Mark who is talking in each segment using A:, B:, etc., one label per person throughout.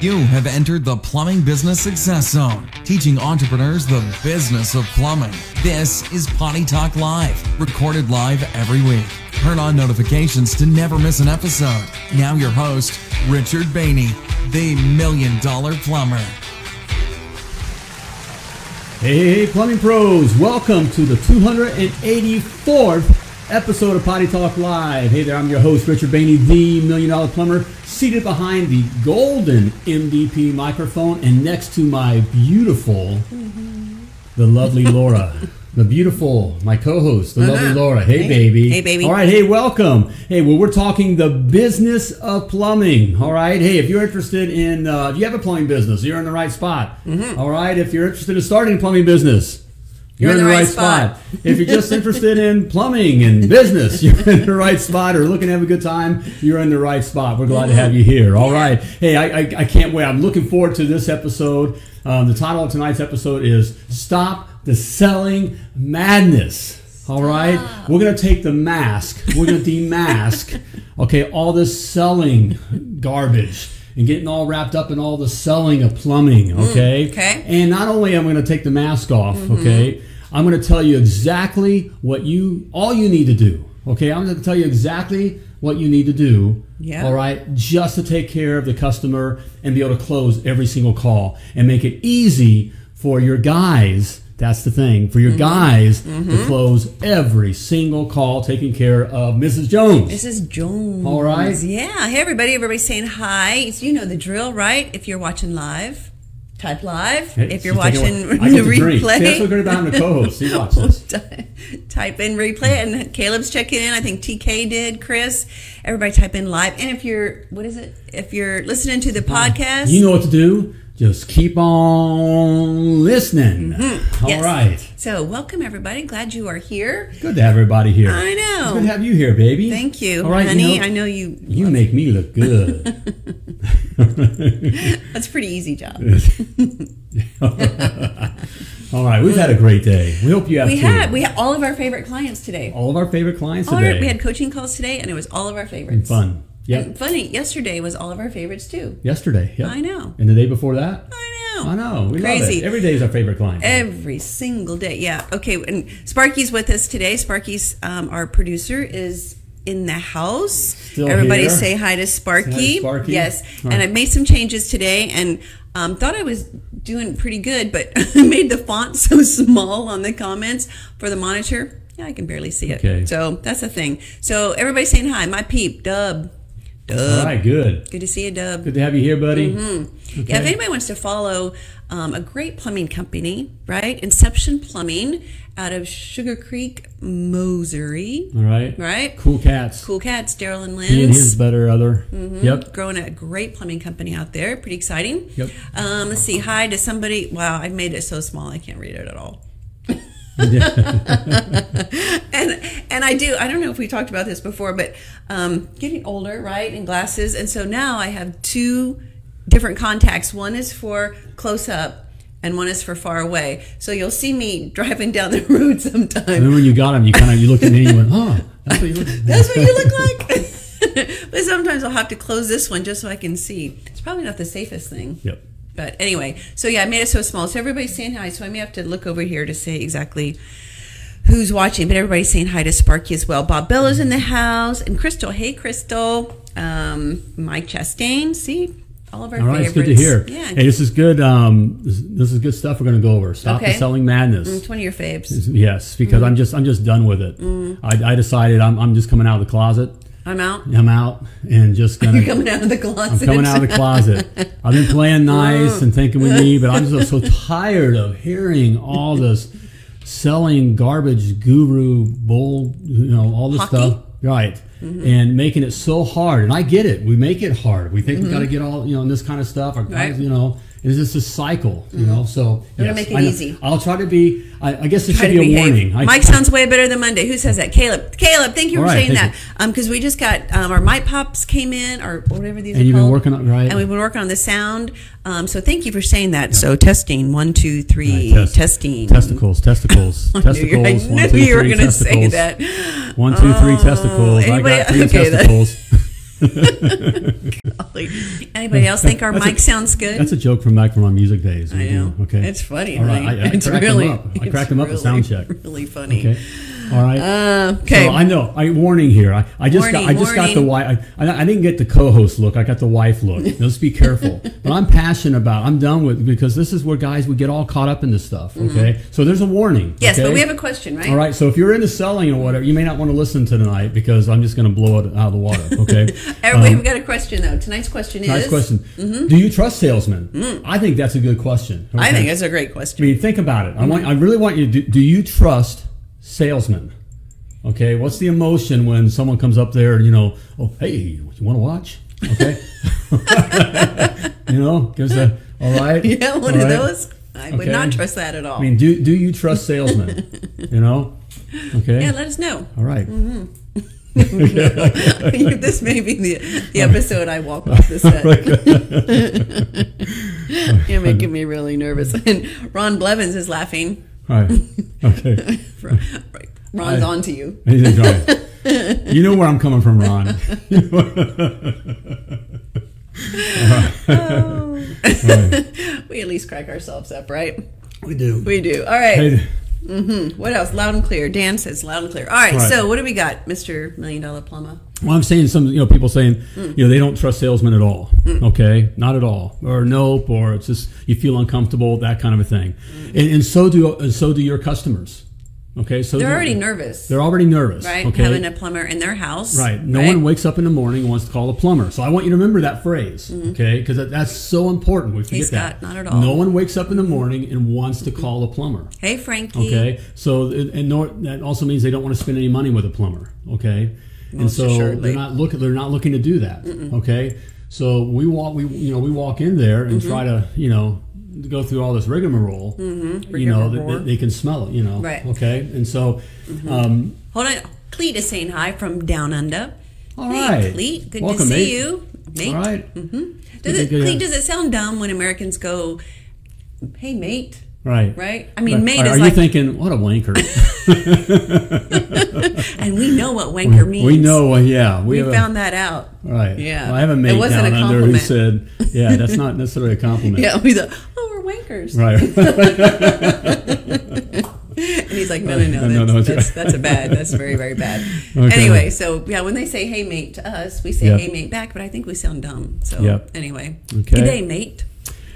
A: You have entered the Plumbing Business Success Zone, teaching entrepreneurs the business of plumbing. This is Potty Talk Live, recorded live every week. Turn on notifications to never miss an episode. Now, your host, Richard Bainey, the Million Dollar Plumber.
B: Hey, plumbing pros, welcome to the 284th episode of Potty Talk Live. Hey there, I'm your host, Richard Bainey, the Million Dollar Plumber, seated behind the golden MDP microphone and next to my beautiful, the lovely Laura. The beautiful, my co host, the lovely Laura. Hey, baby.
C: Hey, baby.
B: All right, hey, welcome. Hey, well, we're talking the business of plumbing. All right, hey, if you're interested in, uh, if you have a plumbing business, you're in the right spot. All right, if you're interested in starting a plumbing business, Mm-hmm. you're, in the, right, spot. if you're just interested in plumbing and business, you're in the right spot. Or looking to have a good time, you're in the right spot. We're glad to have you here. All right. Hey, I, I, I can't wait. I'm looking forward to this episode. Um, the title of tonight's episode is Stop the Selling Madness. All right. We're going to take the mask, we're going to demask, okay, all this selling garbage. And getting all wrapped up in all the selling of plumbing, okay?
C: okay.
B: And not only am I going to take the mask off,
C: Mm-hmm.
B: okay, I'm going to tell you exactly what you all you need to do. Okay, I'm going to tell you exactly what you need to do.
C: Yeah.
B: All right, just to take care of the customer and be able to close every single call and make it easy for your guys. That's the thing for your
C: Mm-hmm.
B: guys to close every single call, taking care of Mrs. Jones.
C: This is Jones.
B: All right.
C: Yeah. Hey, everybody. Everybody's saying hi. It's, you know the drill, right? If you're watching live, type live.
B: Hey,
C: if you're
B: she's taking
C: watching
B: a- I get to
C: the
B: drink. See, that's what's
C: replay,
B: great about having a co-host. He watches.
C: ty- type in replay. And Caleb's checking in. I think TK did. Chris. Everybody type in live. And if you're, what is it? If you're listening to the podcast,
B: You know what to do. Just keep on listening. All
C: Mm-hmm. Yes.
B: right.
C: So welcome everybody. Glad you are here.
B: Good to have everybody here.
C: I
B: It's
C: know.
B: good to have you here, baby.
C: Thank you,
B: All right,
C: honey.
B: You know,
C: I know you.
B: you make me look good.
C: That's a pretty easy job.
B: All right, we've had a great day. We hope you have
C: We
B: too.
C: had we had all of our favorite clients today.
B: all of our favorite clients
C: All
B: today.
C: our, we had coaching calls today, and it was all of our favorites.
B: fun. Yep.
C: And funny, yesterday was all of our favorites too.
B: Yesterday. Yep.
C: I know.
B: And the day before that.
C: I know.
B: I know. We love
C: Crazy.
B: it. Every day is our favorite client.
C: Every single day. Yeah. Okay. And Sparky's with us today. Sparky's um, our producer is in the house.
B: Still
C: Everybody
B: here.
C: say hi to Sparky.
B: Sparky.
C: Yes.
B: All
C: And
B: right.
C: I made some changes today and um, thought I was doing pretty good, but I made the font so small on the comments for the monitor. Yeah, I can barely see it.
B: Okay.
C: So that's the thing. So everybody saying hi. My peep, Dub.
B: All right, good.
C: Good to see you, Dub.
B: Good to have you here, buddy.
C: Yeah, if
B: Okay.
C: anybody wants to follow um, a great plumbing company, right? Inception Plumbing out of Sugar Creek, Missouri,
B: All right.
C: right?
B: Cool cats.
C: Cool cats, Mm-hmm. Daryl and
B: He and his
C: Lynn.
B: better other. Yep.
C: Growing a great plumbing company out there. Pretty exciting.
B: Yep.
C: Um, let's see. Hi to somebody. Wow, I made it so small I can't read it at all. and and I do. I don't know if we talked about this before, but um, getting older, right, and glasses, and so now I have two different contacts. One is for close up, and one is for far away. So you'll see me driving down the road
B: And then
C: sometimes.
B: when you got him, you kind of you looked at me and you went, "Oh, that's what you look."
C: That's what you look like. but sometimes I'll have to close this one just so I can see. It's probably not the safest thing.
B: Yep.
C: But anyway, so yeah, I made it so small. So everybody's saying hi. So I may have to look over here to say exactly who's watching. But everybody's saying hi to Sparky as well. Bob Bella's in the house and Crystal. Hey, Crystal. Um, Mike Chastain. See, all of our
B: All right, it's
C: favorites.
B: good to hear.
C: Yeah.
B: Hey, this is good. Um, this, this is good stuff. We're going to go over. Stop
C: Okay. Mm.
B: the selling madness.
C: it's one of your faves.
B: Yes, because I'm just I'm just done with it.
C: Mm.
B: I, I decided I'm, I'm just coming out of the closet.
C: I'm out.
B: I'm out and just gonna
C: You're coming out of the closet.
B: I'm coming out of the closet. I've been playing
C: Oh.
B: nice and thinking with me, but I'm just so tired of hearing all this selling garbage guru bull, you know, all this
C: Hockey? Mm-hmm.
B: stuff. Right. And making it so hard. And I get it. We make it hard. We think we got to get all, you know, and this kind of stuff. Our guys,
C: Mm-hmm. Right.
B: you know, it's just a cycle, you know. So,
C: Gotta
B: yes,
C: make it
B: I know.
C: easy.
B: I'll try to be, I, I guess it
C: Try
B: should be
C: to
B: a
C: behave.
B: warning. I,
C: Mike sounds way better than Monday. Who says that? Caleb. Caleb, thank you
B: All
C: for
B: right,
C: saying
B: thank
C: that. Because we just got um, our mic pops came in or whatever these
B: And
C: are
B: you've been
C: called.
B: working on- right.
C: And we've been working on the sound. Um, so thank you for saying that. So testing one two three
B: Right, test-
C: testing
B: Testicles, testicles, testicles.
C: I knew you, I
B: one,
C: knew
B: two,
C: you were
B: three,
C: going to say
B: testicles.
C: that.
B: One, two, three
C: Oh,
B: testicles. I
C: anybody-
B: got three
C: okay, that-
B: testicles.
C: Absolutely. Anybody else think our
B: That's a-
C: mic sounds good?
B: That's a joke from back from my music days.
C: I know.
B: Okay.
C: It's funny.
B: All
C: right?
B: right. I, I
C: it's
B: cracked
C: really.
B: them up. I
C: it's
B: cracked them up
C: really,
B: at sound check.
C: Really funny.
B: Okay. All right.
C: Uh, okay.
B: So I know. I warning here. I, I just got, I
C: Warning,
B: just got the
C: warning.
B: wife. I, I didn't get the co-host look. I got the wife look. Let's be careful. but I'm passionate about. I'm done with because this is where guys we get all caught up in this stuff. Okay. So there's a warning.
C: Mm-hmm. yes, but
B: okay?
C: we have a question, right?
B: All right, so if you're into selling or whatever, you may not want to listen to tonight because I'm just going to blow it out of the water. Okay.
C: Everybody, we've got a question though. Tonight's question
B: nice Um,
C: is. Mm-hmm. Mm.
B: question. Do you trust salesmen? I think that's a good question.
C: I
B: okay?
C: think it's a great
B: I
C: question.
B: mean, think about it. I want. I really want you to. Do, do you trust salesmen? Okay. What's the emotion when someone comes up there and you know, oh, hey, you want to watch? Okay. you know, gives a all right.
C: yeah, one
B: all
C: of
B: right.
C: those. I would
B: Okay.
C: not trust that at all.
B: I mean, do do you trust salesmen? you know. Okay.
C: yeah, Mm-hmm. let us know.
B: all right.
C: this may be the, the episode I walk off the set. You're making me really nervous. And Ron Blevins is laughing.
B: All right. Okay.
C: Ron- Ron's
B: I-
C: on to you.
B: He's enjoying. it. You know where I'm coming from, Ron.
C: We at least crack ourselves up, right?
B: We do.
C: We do. All right.
B: Hey,
C: What else? Loud and clear. Dan says loud and clear. All right.
B: Right.
C: So what do we got, Mister Million Dollar Plumber?
B: Well, I'm saying some, you know, people saying,
C: Mm.
B: you know, they don't trust salesmen at all. Okay, not at all, or nope, or it's just you feel uncomfortable, that kind of a thing.
C: Mm.
B: And, and so do, and so do your customers. Okay, so
C: They're
B: do-
C: already nervous,
B: They're already nervous,
C: right?
B: Okay,
C: Having a plumber in their house,
B: right. No one wakes up in the morning and wants to call a plumber. So I want you to remember that phrase, okay, because that, that's so important. We forget
C: Hey,
B: that.
C: Scott, Mm-hmm. not at all.
B: No one wakes up in the morning and wants to call a plumber.
C: Hey, Frankie.
B: Okay, so and and nor, that also means they don't want to spend any money with a plumber. Okay, and
C: Most
B: so
C: assuredly.
B: they're not looking. They're not looking to do that. Okay, so we walk. We you know we walk in there
C: Mm-hmm.
B: and try to you know go through all this rigmarole. You know that-
C: Mm-hmm. Rigmarole.
B: that they can smell it. You know.
C: Right.
B: Okay, and so um,
C: Hold on. Cleet is saying hi from down under.
B: All
C: Hey,
B: right.
C: Cleet. Good
B: Welcome,
C: to see
B: mate.
C: you. Mate.
B: all right,
C: Mm-hmm. Does
B: Good
C: it,
B: to go.
C: Cleet, does it sound dumb when Americans go, hey, mate?
B: right,
C: Right? I mean, mate
B: Are,
C: is
B: are
C: like,
B: you thinking what a wanker?
C: and we know what wanker means.
B: we know. uh, Yeah, we,
C: We
B: have a-
C: found that out.
B: Right.
C: Yeah.
B: Well, I have a
C: It
B: mate
C: wasn't a
B: down under who
C: compliment.
B: said, "Yeah, that's not necessarily a compliment."
C: Yeah, we thought, oh, we're wankers.
B: Right.
C: And he's like, no, no, no, that's,
B: No, no,
C: that's,
B: that's-
C: that's a bad. That's very, very bad.
B: Okay.
C: Anyway, so yeah, when they say hey, mate to us, we say
B: Yeah.
C: hey, mate back, but I think we sound dumb. So
B: Yeah.
C: anyway,
B: Okay.
C: good day, mate.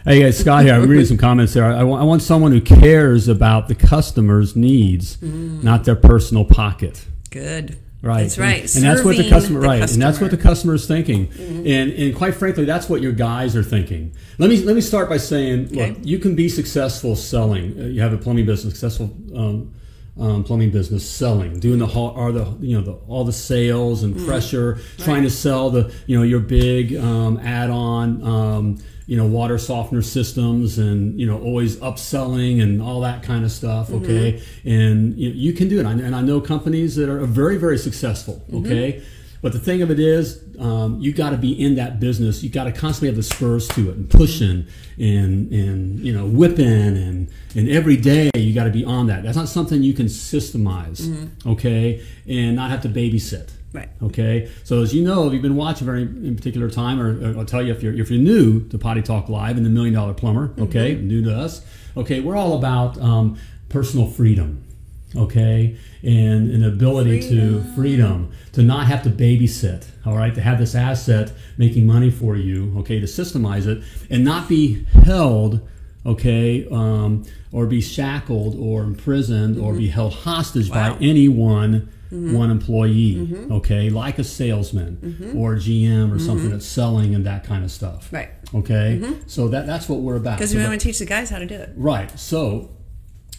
B: Hey guys, Scott here. I'm reading some comments there. I, I want, I want someone who cares about the customer's needs, not their personal pocket.
C: Good.
B: Right.
C: Mm-hmm. That's right.
B: And, and that's what the
C: Serving
B: customer right. And that's
C: customer.
B: what the customer is thinking. And and quite frankly, that's what your guys are thinking. Let me let me start by saying,
C: Okay.
B: look, you can be successful selling. Uh, You have a plumbing business, successful um, um, plumbing business, selling, doing the hall, are the you know the, all the sales and pressure, trying to sell the you know your big um, add-on. Um, you know water softener systems and you know always upselling and all that kind of stuff okay and you, you can do it I- and i know companies that are very very successful okay but the thing of it is, um, you got to be in that business. You got to constantly have the spurs to it and pushing and and you know whipping and and every day you got to be on that. That's not something you can systemize, okay, and not have to babysit.
C: Right.
B: Okay. So as you know, if you've been watching for any in particular time, or, or I'll tell you if you're if you're new to Potty Talk Live and the Million Dollar Plumber, okay, new to us, okay, we're all about um, personal freedom okay and an ability to freedom to not have to babysit all right to have this asset making money for you okay to systemize it and not be held okay um, or be shackled or imprisoned or be held hostage
C: Wow.
B: by any one
C: Mm-hmm.
B: one employee okay like a salesman or a gm or something that's selling and that kind of stuff
C: Mm-hmm. Right.
B: okay so that, that's what we're about
C: Because
B: So
C: we
B: the-
C: want to teach the guys how to do it.
B: Right. So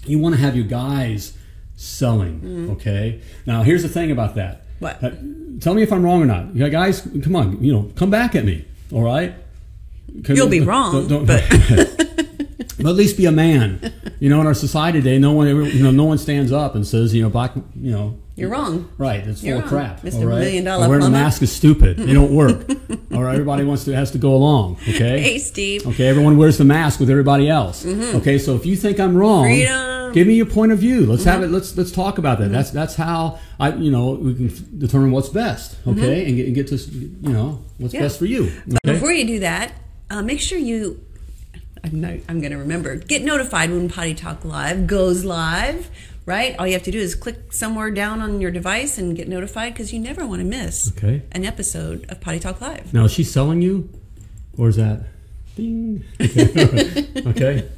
B: you want to have your guys selling, okay? Now, here's the thing about that.
C: Mm-hmm. What?
B: Uh, tell me if I'm wrong or not. You guys, come on, you know, come back at me, all right? Can-
C: You'll be wrong, but-
B: but at least be a man. You know, in our society today, no one ever, you know, no one stands up and says, you know, black, you know,
C: You're wrong.
B: Right, it's full
C: You're
B: of
C: wrong,
B: crap.
C: Mr.
B: all right?
C: Million Dollar
B: Wearing a
C: Plumber.
B: mask is stupid. They don't work. all right, everybody wants to has to go along. Okay.
C: Hey, Steve.
B: Okay, everyone wears the mask with everybody else. Okay, so if you think I'm wrong,
C: Freedom. Mm-hmm.
B: give me your point of view. Let's have it. Let's let's talk about that. That's that's how I you know we can f- determine what's best. Okay, and, get, and get to s- you know what's
C: Mm-hmm. Yeah.
B: best for you.
C: But
B: okay?
C: before you do that, uh, make sure you. I'm, not, I'm going to remember. Get notified when Potty Talk Live goes live, right? All you have to do is click somewhere down on your device and get notified because you never want to miss
B: Okay.
C: an episode of Potty Talk Live.
B: now is she selling you, or is that? Ding. okay.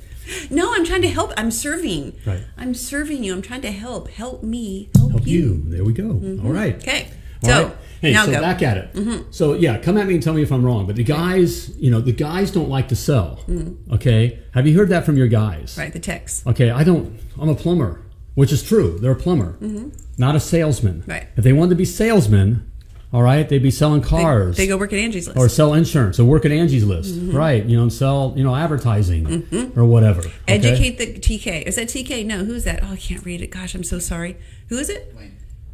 C: No, I'm trying to help. I'm serving.
B: Right.
C: I'm serving you. I'm trying to help. Help me. Help,
B: Help
C: you. Mm-hmm.
B: you. There we go. All right.
C: Okay.
B: All
C: So
B: right. hey,
C: now
B: so
C: go. Mm-hmm.
B: back at it. So yeah, come at me and tell me if I'm wrong. But the guys, you know, the guys don't like to sell. Okay, have you heard that from your guys?
C: Mm-hmm. right. The text.
B: Okay, I don't. I'm a plumber, which is true. They're a plumber, not a salesman.
C: Mm-hmm. Right.
B: If they wanted to be salesmen, all right, they'd be selling cars
C: They go Mm-hmm. work at Angie's List.
B: or sell insurance or work at Angie's List, right? You know, and sell you know advertising or whatever. okay?
C: Mm-hmm. Educate the TK. Is that TK? No. Who's that? Oh, I can't read it. Gosh, I'm so sorry. Who is it? Dwayne.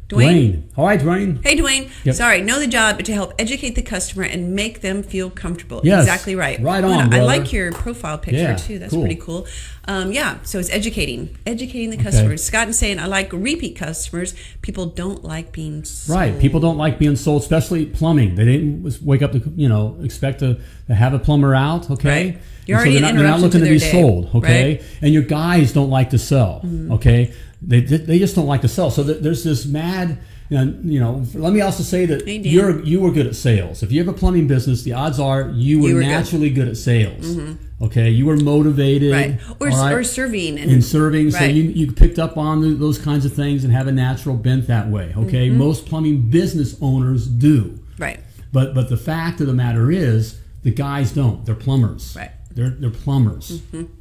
C: Dwayne.
B: Dwayne. All right, Dwayne.
C: Hey, Dwayne.
B: Yep.
C: Sorry, know the job to help educate the customer and make them feel comfortable.
B: Yes.
C: Exactly right.
B: Right
C: Wow,
B: on,
C: I
B: brother.
C: like your profile picture
B: Yeah,
C: too. That's
B: cool.
C: pretty cool. Um, yeah. So it's educating, educating the customers. Scott and saying I like repeat customers. People don't like being sold.
B: Right. People don't like being sold, especially plumbing. They didn't was- wake up to you know expect to, to have a plumber out. Okay.
C: Right. You're
B: And
C: already an
B: they're not, they're not
C: interruption
B: looking
C: to
B: to be
C: their day,
B: sold. Okay.
C: right? Mm-hmm.
B: And your guys don't like to sell. Okay. They, they they just don't like to sell. So th- there's this mad. And you know, let me also say that
C: Hey, Dan.
B: you're you were good at sales. If you have a plumbing business, the odds are you were,
C: were good. Mm-hmm.
B: naturally good. at sales. Okay, you were motivated,
C: Right. Or,
B: all right?
C: or serving and
B: in serving. So
C: Right.
B: you, you picked up on th those kinds of things and have a natural bent that way. Okay,
C: Mm-hmm.
B: most plumbing business owners do,
C: right.
B: but but the fact of the matter is the guys don't. They're plumbers.
C: Right. Mm-hmm.
B: They're, they're plumbers.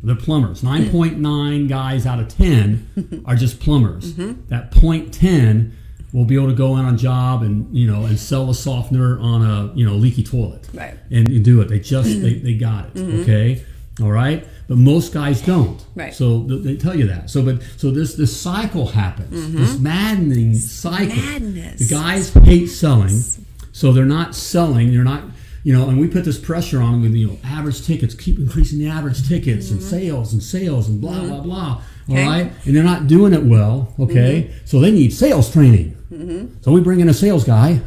B: They're plumbers. 9.9 guys out of 10 are just plumbers.
C: Mm-hmm.
B: That point 10 will be able to go in on a job and, you know, and sell a softener on a, you know, leaky toilet
C: Right. Mm-hmm.
B: and you do it. They just they, they got it. Okay, all right. But most guys don't.
C: Right.
B: So th- they tell you that. So but so this this cycle happens.
C: Mm-hmm.
B: This maddening cycle.
C: madness.
B: The guys hate selling, so they're not selling. They're not. You know, and we put this pressure on them with you know average tickets, keep increasing the average tickets and sales and sales and blah blah blah. All right,
C: Mm-hmm. Okay. Mm-hmm.
B: and they're not doing it well. Okay, so they need sales training. So we bring in a sales guy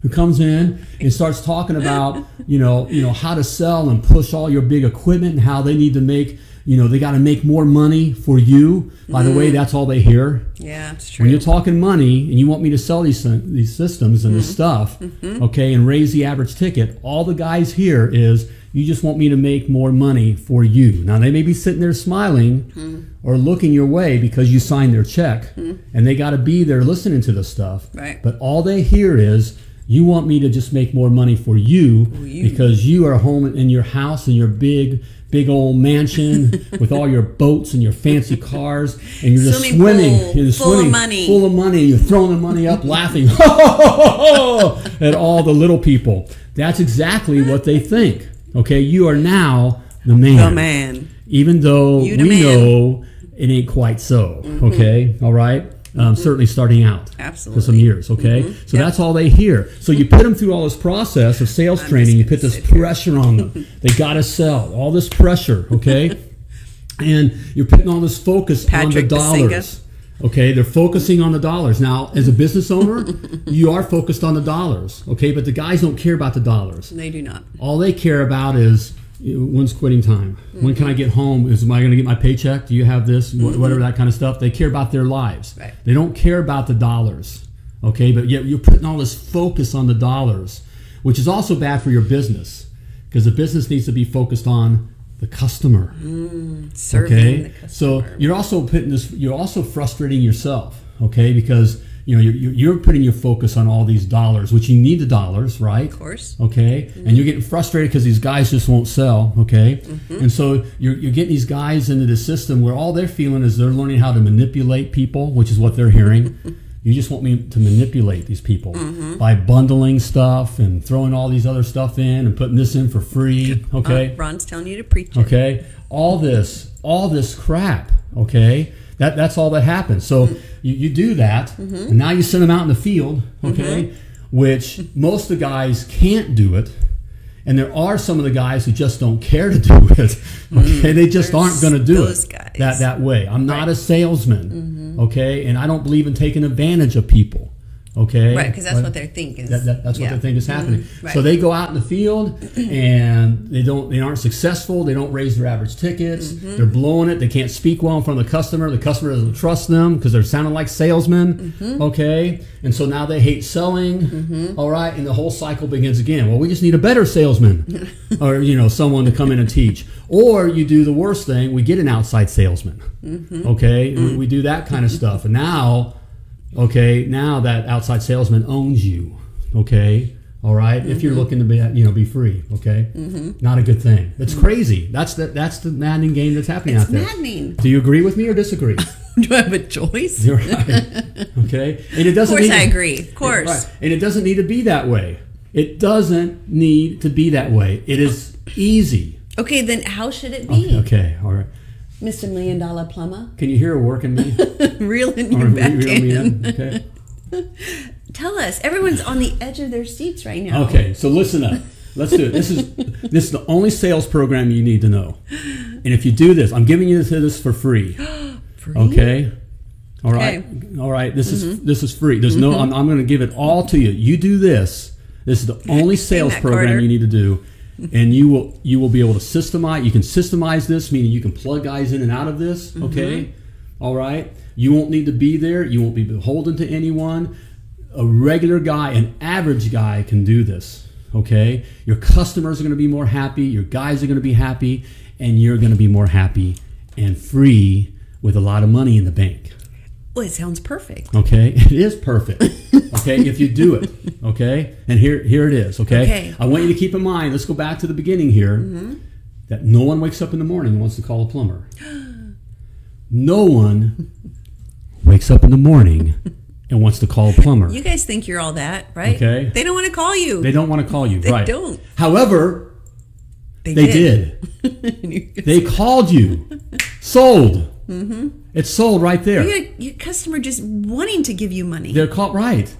B: who comes in and starts talking about you know you know how to sell and push all your big equipment and how they need to make you know they got to make more money for you. By the
C: Mm-hmm.
B: way, that's all they hear.
C: Yeah, it's
B: When
C: true.
B: you're talking money and you want me to sell these syn- these systems and
C: Mm-hmm.
B: this stuff, okay, and raise the average ticket, all the guys here is you just want me to make more money for you. Now they may be sitting there smiling
C: Mm-hmm.
B: or looking your way because you signed their check and they got to be there listening to this stuff.
C: Right.
B: But all they hear is you want me to just make more money for you,
C: you.
B: because you are home in your house in your big big old mansion with all your boats and your fancy cars and you're just
C: Swimming
B: swimming
C: pool,
B: you're just
C: full of
B: swimming,
C: money.
B: full of money and you're throwing the money up laughing at all the little people that's exactly what they think okay you are now the man
C: Oh man.
B: even though we
C: You the man. Mm-hmm.
B: know it ain't quite so. Okay, all right. Um, Certainly starting out for some
C: Absolutely. Mm-hmm.
B: years. Okay, so that's all they hear. So you put them through all this process of sales training. You put this pressure on them. they gotta sell. All this pressure. Okay, and you're putting all this focus
C: Patrick
B: on the
C: Basinga.
B: dollars. Okay, they're focusing on the dollars. Now, as a business owner, you are focused on the dollars. Okay, but the guys don't care about the dollars.
C: They do not.
B: All they care about is you know, when's quitting time? When can I get home? Is am I going to get my paycheck? Do you have this? Wh- Whatever that kind of stuff. They care about their lives.
C: Mm-hmm. Right.
B: They don't care about the dollars. Okay, but yet you're putting all this focus on the dollars, which is also bad for your business because the business needs to be focused on the customer.
C: Mm-hmm. Serving the
B: Okay,
C: customer.
B: so you're also putting this. You're also frustrating yourself. Okay, because you know you're, you're you're putting your focus on all these dollars, which you need the dollars, right?
C: of course.
B: okay and you're getting frustrated because these guys just won't sell okay and so you're, you're getting these guys into the system where all they're feeling is they're learning how to manipulate people which is what they're hearing you just want me to manipulate these people by bundling stuff and throwing all these other stuff in and putting this in for free okay
C: Ron's telling you to preach. it.
B: okay all this all this crap okay That that's all that happens. So you, you do that,
C: Mm-hmm.
B: and now you send them out in the field, okay? Which most of the guys can't do it. And there are some of the guys who just don't care to do it. Okay, they just aren't going to do
C: Mm-hmm. Those
B: it
C: guys. Mm-hmm.
B: that that way. I'm not a salesman, okay, and I don't believe in taking advantage of people, okay?
C: Right, because that's
B: But-
C: what they're thinking.
B: that, that, that's what
C: Yeah. Mm-hmm.
B: they think is happening.
C: Right.
B: So they go out in the field and they don't they aren't successful. They don't raise their average tickets.
C: Mm-hmm.
B: They're blowing it. They can't speak well in front of the customer. The customer doesn't trust them because they're sounding like salesmen.
C: Mm-hmm.
B: Okay, and so now they hate selling. All right, and the whole cycle begins again. Well, we just need a better salesman, or you know, someone to come in and teach. Or you do the worst thing. We get an outside salesman.
C: Mm-hmm.
B: Okay, we, we do that kind of stuff, and now okay now that outside salesman owns you okay all right? if
C: Mm-hmm.
B: you're looking to be you know be free okay not a good thing it's crazy that's the that's the maddening game that's happening
C: Mm-hmm. It's
B: out there
C: maddening.
B: do you agree with me or disagree
C: Do I have a choice?
B: you're right okay and it
C: Of
B: doesn't
C: course,
B: need
C: I
B: to-
C: agree. Of course.
B: Right. And it doesn't need to be that way. It doesn't need to be that way. It is easy.
C: Okay, then how should it be,
B: Okay, all right.
C: Mr. Million Dollar Plumber?
B: Can you hear her working me?
C: Reeling you
B: Or
C: back
B: reel
C: in.
B: me in? Okay.
C: Tell us. Everyone's on the edge of their seats right now.
B: Okay, so listen up. Let's do it. This is this is the only sales program you need to know. And if you do this, I'm giving you this for free. Okay. All right. All right. This is this is free. There's no. I'm, I'm going to give it all to you. You do this. This is the only sales
C: that,
B: program
C: Carter.
B: you need to do, and you will you will be able to systemize. You can systemize this, meaning you can plug guys in and out of this. Okay. All right. You won't need to be there. You won't be beholden to anyone. A regular guy, an average guy, can do this. Okay. Your customers are going to be more happy. Your guys are going to be happy, and you're going to be more happy and free with a lot of money in the bank.
C: Well, it sounds perfect.
B: Okay, it is perfect. Okay, if you do it. Okay, and here here it is. Okay, Mm-hmm.
C: Okay.
B: I want you to keep in mind. Let's go back to the beginning here. That no one wakes up in the morning and wants to call a plumber. No one wakes up in the morning and wants to call a plumber.
C: You guys think you're all that, right?
B: Okay.
C: They don't want to call you.
B: they don't want to call you, right?
C: don't.
B: However, they did.
C: did.
B: They called you. Sold. Mm-hmm. It's sold right there.
C: you had your customer just wanting to give you money.
B: They're called right.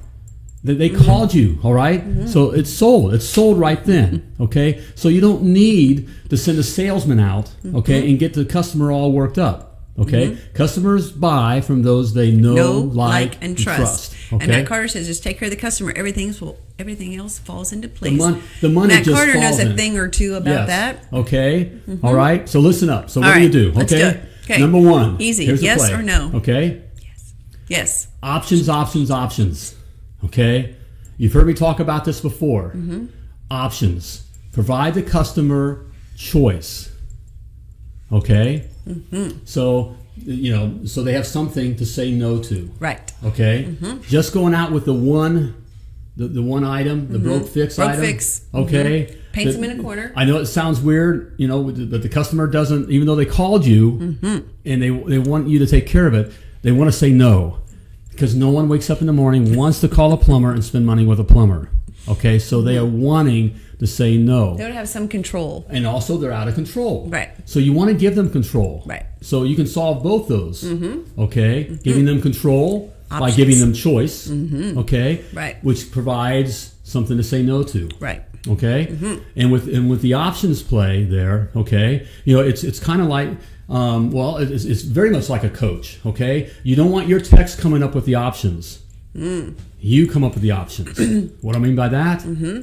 B: They, they
C: Mm-hmm.
B: called you, all right? So it's sold. It's sold right then, okay? So you don't need to send a salesman out,
C: Mm-hmm.
B: okay, and get the customer all worked up, okay? Customers buy from those they know,
C: know,
B: like,
C: like, and trust.
B: okay?
C: And Matt Carter says, just take care of the customer. Everything's well, everything else falls into place.
B: mon- the money
C: Matt
B: just
C: Carter knows
B: falls
C: a
B: in.
C: thing or two
B: Yes.
C: about that. Mm-hmm.
B: Okay. All right. So listen up. So what
C: All
B: do you
C: right.
B: do? Okay.
C: Let's do it. Okay.
B: Number one.
C: Easy.
B: Here's the
C: Yes
B: play.
C: or no?
B: Okay.
C: Yes.
B: options, options, options. Okay? You've heard me talk about this before.
C: Mm-hmm.
B: Options. Provide the customer choice. Okay?
C: Mm-hmm.
B: So, you know, so they have something to say no to.
C: Right.
B: Okay?
C: Mm-hmm.
B: Just going out with the one. The, the one item, the broke fix
C: Mm-hmm. Broke
B: item.
C: fix.
B: Okay.
C: Paints
B: The-
C: them in a corner.
B: I know it sounds weird, you know, that the customer doesn't, even though they called you
C: Mm-hmm.
B: and they, they want you to take care of it, they want to say no because no one wakes up in the morning, wants to call a plumber and spend money with a plumber. Okay, so they are wanting to say
C: They
B: no.
C: would have some control.
B: And also, they're out of control.
C: Right.
B: So you want to give them control.
C: Right.
B: So you can solve both those. Mm-hmm. Okay, giving them control by
C: Options.
B: giving them choice. Mm-hmm. Okay.
C: Right.
B: Which provides something to say no to
C: Right.
B: okay
C: Mm-hmm.
B: and with and with the options play there okay you know it's it's kind of like um, well it- it's, it's very much like a coach okay you don't want your text coming up with the options
C: Mm.
B: you come up with the options what i mean by that you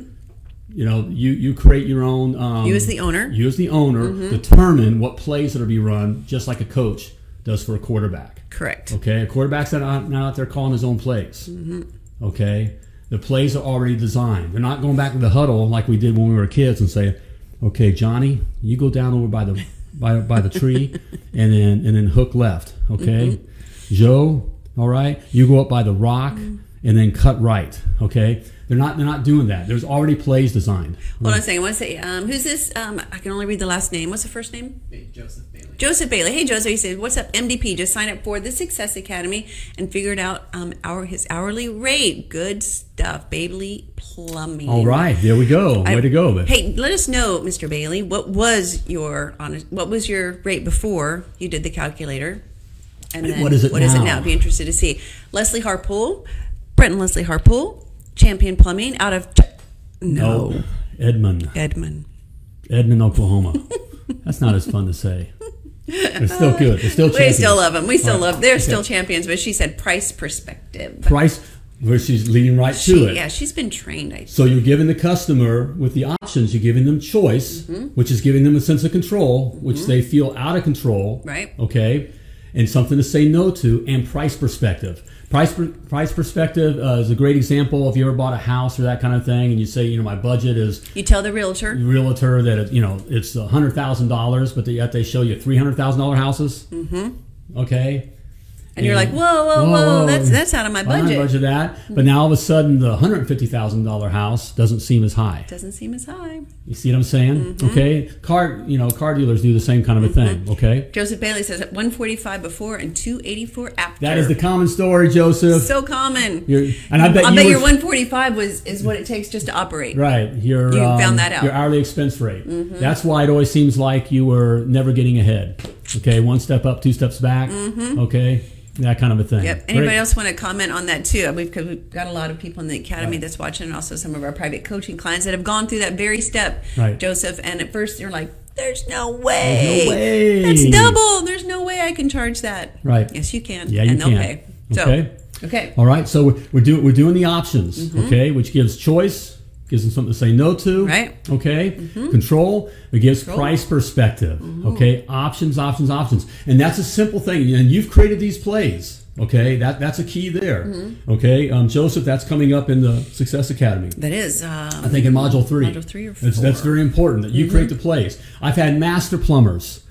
B: know you you create your own um,
C: Mm-hmm. You as the owner. Mm-hmm.
B: you as the owner determine what plays that are to be run just like a coach does for a quarterback
C: Correct.
B: Okay, a quarterback's not, not out there calling his own plays.
C: Mm-hmm.
B: Okay, the plays are already designed. They're not going back to the huddle like we did when we were kids and saying, "Okay, Johnny, you go down over by the by, by the tree, and then and then hook left." Okay,
C: Mm-hmm.
B: Joe, all right, you go up by the rock and then cut right. Okay, they're not they're not doing that. There's already plays designed.
C: Hold on a second. I want to say, um, who's this? Um, I can only read the last name. What's the first name?
D: Joseph Bailey.
C: Joseph Bailey. Hey, Joseph. He said, "What's up, MDP? Just sign up for the Success Academy and figured out um, our his hourly rate. Good stuff, Bailey Plumbing.
B: All right, there we go. Way
C: I-
B: to go.
C: Hey, let us know, Mr. Bailey, what was your honest, what was your rate before you did the calculator, And then
B: What is it now?
C: now? Be interested to see. Leslie Harpool, Brent and Leslie Harpool, Champion Plumbing out of no,
B: Oh, Edmond,
C: Edmond.
B: Edmond, Oklahoma. That's not as fun to say. They're still good. They're still
C: Uh, We
B: champions.
C: still love them. We still
B: All right.
C: love. They're
B: Okay.
C: still champions, but she said price perspective. But
B: Price versus leading right
C: she,
B: to it.
C: Yeah, she's been trained. I
B: So you're giving the customer with the options. You're giving them choice,
C: Mm-hmm.
B: which is giving them a sense of control, which they feel out of control.
C: Right.
B: Okay. And something to say no to, and price perspective. Price per, price perspective uh, is a great example. If you ever bought a house or that kind of thing, and you say, you know, my budget is
C: you tell the realtor.
B: realtor that it, you know it's a hundred thousand dollars, but they, yet they show you three hundred thousand dollar houses. Mm-hmm. Okay.
C: And you're like, whoa, whoa, whoa, that's- that's out of my
B: I'm not
C: budget. Mm-hmm.
B: budget that, but now all of a sudden the hundred fifty thousand dollar house doesn't seem as high.
C: Doesn't seem as high.
B: You see what I'm saying?
C: Mm-hmm.
B: Okay. Car, you know, car dealers do the same kind of a thing. Okay.
C: Joseph Bailey says at 145 before and 284 after.
B: That is the common story, Joseph.
C: so common.
B: You're- and I bet
C: Mm-hmm. I
B: you
C: bet
B: would-
C: your 145 was is what it takes just to operate.
B: Right. Your,
C: You
B: um,
C: found that out. Mm-hmm.
B: Your hourly expense rate. That's why it always seems like you were never getting ahead. Okay. One step up, two steps back. Okay. That kind of a thing.
C: Mm-hmm. Yep.
B: Great.
C: Anybody else want to comment on that too? We've, 'cause we've got a lot of people in the academy that's watching, and also some of our private coaching clients that have gone through that very step,
B: Right.
C: Joseph. And at first, you're like, "There's no way,
B: way."
C: that's double. There's no way I can charge that."
B: Right.
C: Yes, you can.
B: Yeah,
C: and
B: you
C: they'll
B: can.
C: pay. So,
B: Okay.
C: okay.
B: All right. So we're, we're, do, we're doing the options.
C: Mm-hmm.
B: Okay. Which gives choice, gives them something to say no to.
C: Right. Mm-hmm.
B: Okay. Control. It gives price perspective. Okay. Options, options, options. And that's a simple thing. And you've created these plays. Okay. That, that's a key there.
C: Mm-hmm.
B: Okay. Um, Joseph, that's coming up in the Success Academy.
C: That is. Um,
B: I think in module three.
C: Module three or
B: That's, that's
C: four. Mm-hmm.
B: very important that you create the place. I've had master plumbers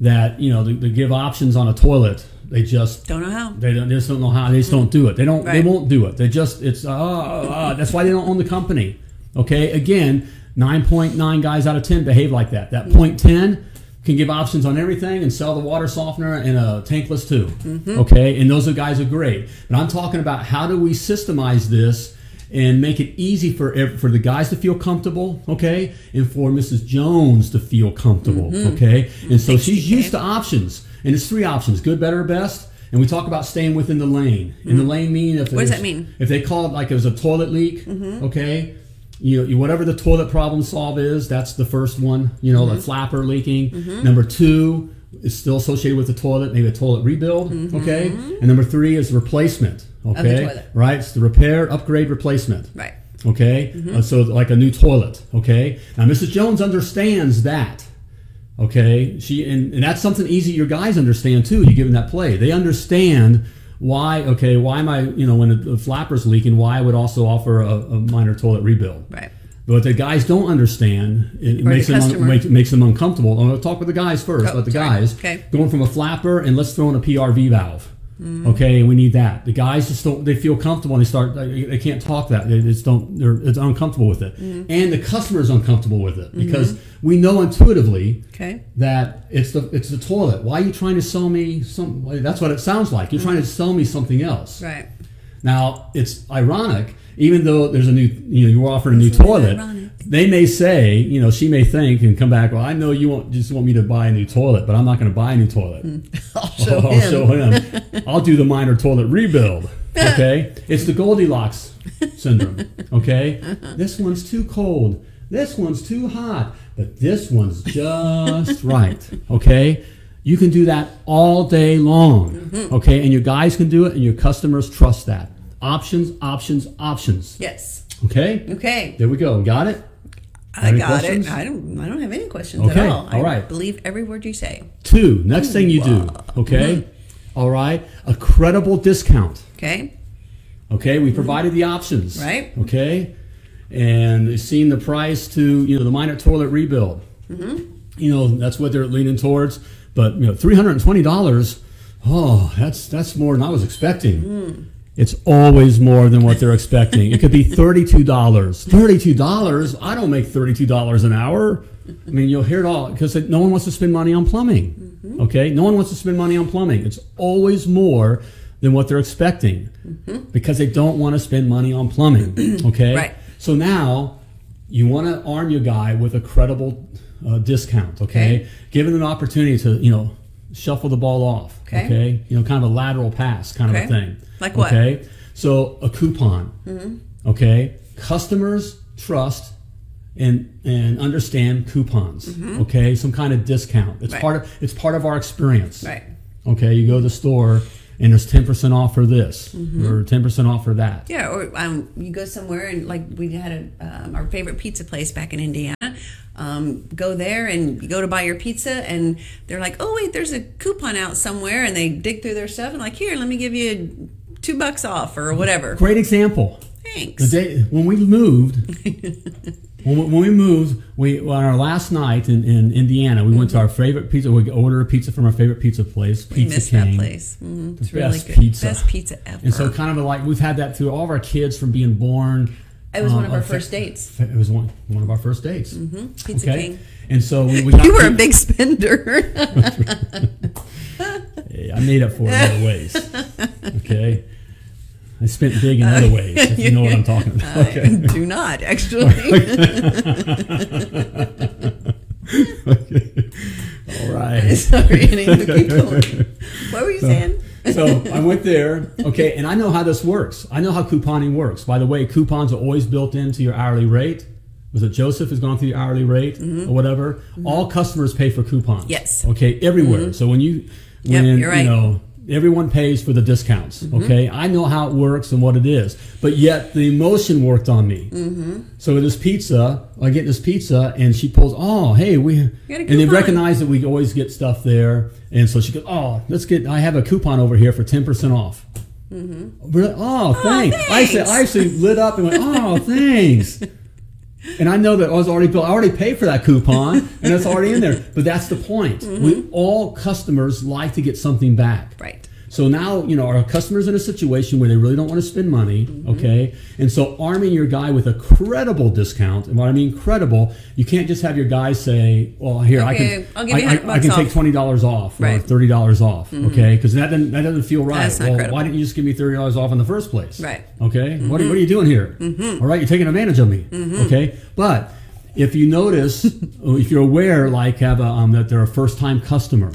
B: that you know they, they give options on a toilet. They just
C: Don't know how.
B: They, don't, they just don't know how. They just don't do it. They don't. They
C: Right.
B: won't do it. They just. It's. Uh, uh, that's why they don't own the company. Okay. Again, nine point nine guys out of ten behave like that. That point ten can give options on everything and sell the water softener and a tankless too. Okay. And those are guys are great. But I'm talking about how do we systemize this and make it easy for ev- for the guys to feel comfortable, okay, and for Mrs. Jones to feel comfortable, okay. And so she's used to options, and it's three options: good, better, best. And we talk about staying within the lane. And the lane mean if
C: What does
B: it's-
C: that mean? Mm-hmm.
B: If they call it like it was a toilet leak, okay. You know, you- whatever the toilet problem solve is, that's the first one. You know,
C: Mm-hmm.
B: the flapper leaking. Number two is still associated with the toilet, maybe a toilet rebuild. Okay, and number three is replacement. Okay,
C: Mm-hmm. toilet.
B: right? It's the repair, upgrade, replacement.
C: Right.
B: Okay,
C: Mm-hmm.
B: Uh, so like a new toilet. Okay, now Mrs. Jones understands that. Okay, she and, and that's something easy your guys understand too. You give them that play, they understand why. Okay, why am I? You know, when a, a flapper's leaking, why I would also offer a, a minor toilet rebuild.
C: Right.
B: But what the guys don't understand, it
C: the
B: makes them un-
C: customer.
B: makes, makes them uncomfortable. I'm going to talk with the guys first.
C: Oh,
B: about the
C: sorry.
B: guys
C: Okay.
B: going from a flapper and let's throw in a PRV valve. Okay, we need that. The guys just don't. They feel comfortable and they start. They, they can't talk that. They just don't. They're it's uncomfortable with it,
C: Mm-hmm.
B: and the customer is uncomfortable with it because we know intuitively
C: Okay.
B: that it's the it's the toilet. Why are you trying to sell me some? That's what it sounds like. You're trying to sell me something else.
C: Mm-hmm. Right.
B: Now it's ironic, even though there's a new, you know, you're offering a new toilet.
C: ironic.
B: They may say, you know, she may think and come back. Well, I know you want, just want me to buy a new toilet, but I'm not going to buy a new toilet.
C: Mm-hmm. I'll show
B: I'll
C: him.
B: show Oh, him. I'll do the minor toilet rebuild. Okay, it's the Goldilocks syndrome. Okay, this one's too cold. This one's too hot. But this one's just right. Okay, you can do that all day long. Okay, and your guys can do it, and your customers trust that. Options, options, options.
C: Yes.
B: Okay,
C: Okay.
B: there we go. Got it.
C: I
B: Any
C: got
B: questions?
C: it. I don't. I don't have any questions
B: Okay,
C: at all. I
B: all right.
C: believe every word you say.
B: Two. Next thing you do. Okay, all right. A credible discount.
C: Okay.
B: Okay, we provided the options.
C: Right.
B: Okay, and they've seen the price to you know the minor toilet rebuild. You know that's what they're leaning towards. But you know three hundred and twenty dollars. Oh, that's that's more than I was expecting. It's always more than what they're expecting. It could be thirty-two dollars. Thirty-two dollars. I don't make thirty-two dollars an hour. I mean, you'll hear it all because no one wants to spend money on plumbing.
C: Mm-hmm.
B: Okay, no one wants to spend money on plumbing. It's always more than what they're expecting because they don't want to spend money on plumbing. Okay,
C: Mm-hmm. Right.
B: so now you want to arm your guy with a credible uh, discount. Okay?
C: Okay.
B: give him an opportunity to you know shuffle the ball off.
C: Okay.
B: You know, kind of a lateral pass kind
C: Okay.
B: of a thing.
C: Like what? Mm-hmm.
B: Okay. So a coupon. Okay. Customers trust and and understand coupons. Okay. Some kind of discount. It's
C: Mm-hmm. Right.
B: part of it's part of our experience.
C: Right.
B: Okay. You go to the store and there's ten percent off for this
C: Mm-hmm.
B: or ten percent off for that.
C: Yeah, or um, you go somewhere and like we had a, um, our favorite pizza place back in Indiana. Um, go there and you go to buy your pizza, and they're like, "Oh wait, there's a coupon out somewhere," and they dig through their stuff and like, "Here, let me give you two bucks off or whatever."
B: Great example. The
C: Thanks.
B: day when we moved, when, we, when we moved, we on our last night in, in Indiana, we went to our favorite pizza. We ordered a pizza from our favorite pizza place,
C: Mm-hmm. We
B: Pizza
C: miss
B: King.
C: that place. Mhm, it's really
B: best
C: good.
B: pizza.
C: Best pizza ever.
B: And so, kind of like we've had that through all of our kids from being born.
C: it was
B: um,
C: one of our
B: a fa-
C: first dates.
B: It was one one of our first dates.
C: Pizza
B: okay,
C: King.
B: and so we, we got
C: You were a
B: pi-
C: big spender.
B: I made up for it in other ways. Okay, I spent big in other ways. If you know what I'm talking about. Okay.
C: Do not actually. Uh,
B: All right.
C: Sorry, any of the people. What were you saying?
B: so I went there, okay, and I know how this works. I know how couponing works. By the way, coupons are always built into your hourly rate. Was it Joseph has gone through your hourly rate or whatever? All customers pay for coupons.
C: Mm-hmm. Yes. Mm-hmm.
B: Okay, everywhere. So when you
C: Yep,
B: when
C: you're right. Mm-hmm.
B: you know everyone pays for the discounts. Okay, I know how it works and what it is, but yet the emotion worked on me. Mm-hmm. So with this pizza, I get this pizza, and she pulls, oh, hey, we
C: got a
B: and they
C: coupon.
B: recognize recognize that we always get stuff there, and so she goes, "Oh, let's get. I have a coupon over here for ten percent off."
C: Mm-hmm.
B: Really? Oh, thanks. I said, I actually lit up and went, "Oh, thanks." And I know that I was already built. I already paid for that coupon, and it's already in there. But that's the point. We all customers like to get something back.
C: Mm-hmm. Right.
B: So now, you know, our customers in a situation where they really don't want to spend money,
C: Mm-hmm.
B: okay? And so arming your guy with a credible discount, and what I mean credible, you can't just have your guy say, "Well, here
C: Okay,
B: I can,
C: I'll give you
B: I, I,
C: 100
B: I can
C: bucks
B: take
C: off."
B: twenty dollars off or
C: Right. Mm-hmm.
B: thirty dollars off," okay? Because that doesn't that doesn't feel right.
C: That's not
B: well,
C: credible.
B: why didn't you just give me thirty dollars off in the first place?
C: Right.
B: Okay. What, are, what are you
C: Mm-hmm.
B: doing here? All right, you're taking advantage of me. Okay. But if you notice, if you're aware, like have a, um, that they're a first time customer.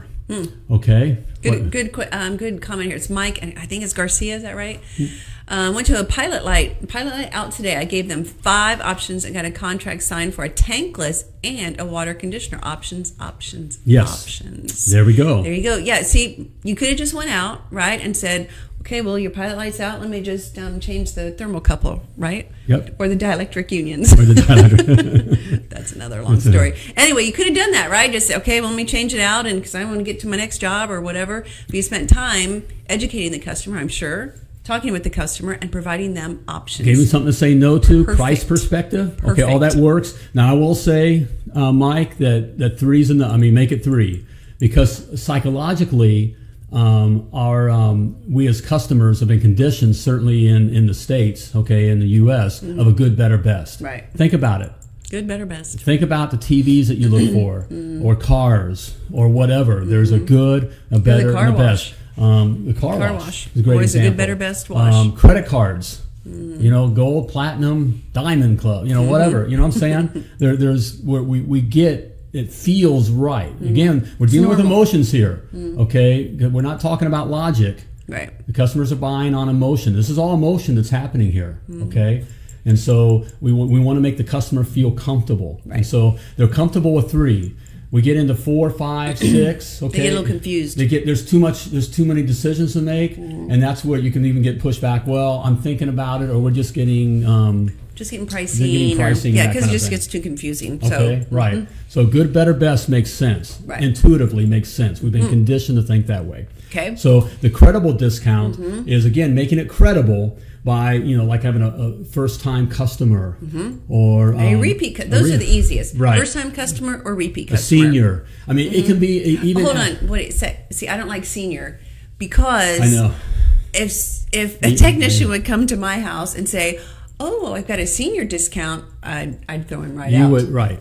B: Okay. What-
C: Hmm. Good, good, que- um, good comment here. It's Mike. and I think it's Garcia. Is that right?
B: Hmm.
C: Um, went to a pilot light. Pilot light out today. I gave them five options and got a contract signed for a tankless and a water conditioner. Options, options,
B: Yes.
C: options.
B: There we go.
C: There you go. Yeah. See, you could have just went out right and said, "Okay, well, your pilot light's out. Let me just um, change the thermocouple, right?
B: Yep.
C: Or the dielectric unions.
B: Or the dialer.
C: That's another long story. Anyway, you could have done that, right? Just say, okay, well, let me change it out, and because I want to get to my next job or whatever. But you spent time educating the customer, I'm sure, talking with the customer, and providing them options.
B: Gave me something to say no to.
C: Perfect.
B: Price perspective. Okay, all that
C: Perfect.
B: works. Now I will say, uh, Mike, that that three's in the. I mean, make it three because psychologically, um, our um, we as customers have been conditioned, certainly in in the states, okay, in the U.S., of a good, better, best.
C: Mm-hmm. Right.
B: Think about it.
C: Good, better, best.
B: Think about the TVs that you look for,
C: Mm.
B: or cars, or whatever. There's a good, a better,
C: Mm-hmm. car
B: and a
C: wash.
B: best. Um, the car,
C: Car wash.
B: wash is a great
C: Or is it good,
B: example. Um,
C: better, best wash? Mm.
B: credit cards, you know, gold, platinum, diamond club, you
C: Mm-hmm.
B: know, whatever. You know what I'm saying? there, there's where we, we get it feels right. Again, we're dealing with
C: Mm. normal. Mm.
B: emotions here. Okay, we're not talking about logic.
C: Right.
B: The customers are buying on emotion. This is all emotion that's happening here.
C: Hmm.
B: Okay. And so we, wa- we want to make the customer feel comfortable.
C: Right.
B: And so they're comfortable with three. We get into four, five, six. Okay.
C: get a little confused. Hmm.
B: They get there's too much there's too many decisions to make, and that's where you can even get pushback. Well, I'm thinking about it, or we're just getting um,
C: Just getting pricing.
B: getting pricing
C: or,
B: and
C: yeah,
B: that
C: because
B: kind
C: it
B: of
C: just
B: thing.
C: gets too confusing.
B: Okay,
C: So mm-hmm.
B: right. So good, better, best makes sense.
C: Right. Mm.
B: Intuitively makes sense. We've been conditioned to think that way.
C: Okay. Mm-hmm.
B: So the credible discount is again making it credible by you know like having a, a first time customer or
C: Mm-hmm. a
B: um,
C: repeat.
B: a
C: Cu- those
B: re-
C: are the easiest.
B: Right.
C: First time customer or repeat
B: a
C: customer.
B: senior. I mean, it can be e- even.
C: Mm-hmm. Hold on. Wait. sec- See, I don't like senior because
B: I know.
C: if if a technician would come to my house and say, "Oh, I've got a senior discount," I'd, I'd throw him right
B: You
C: out.
B: would right.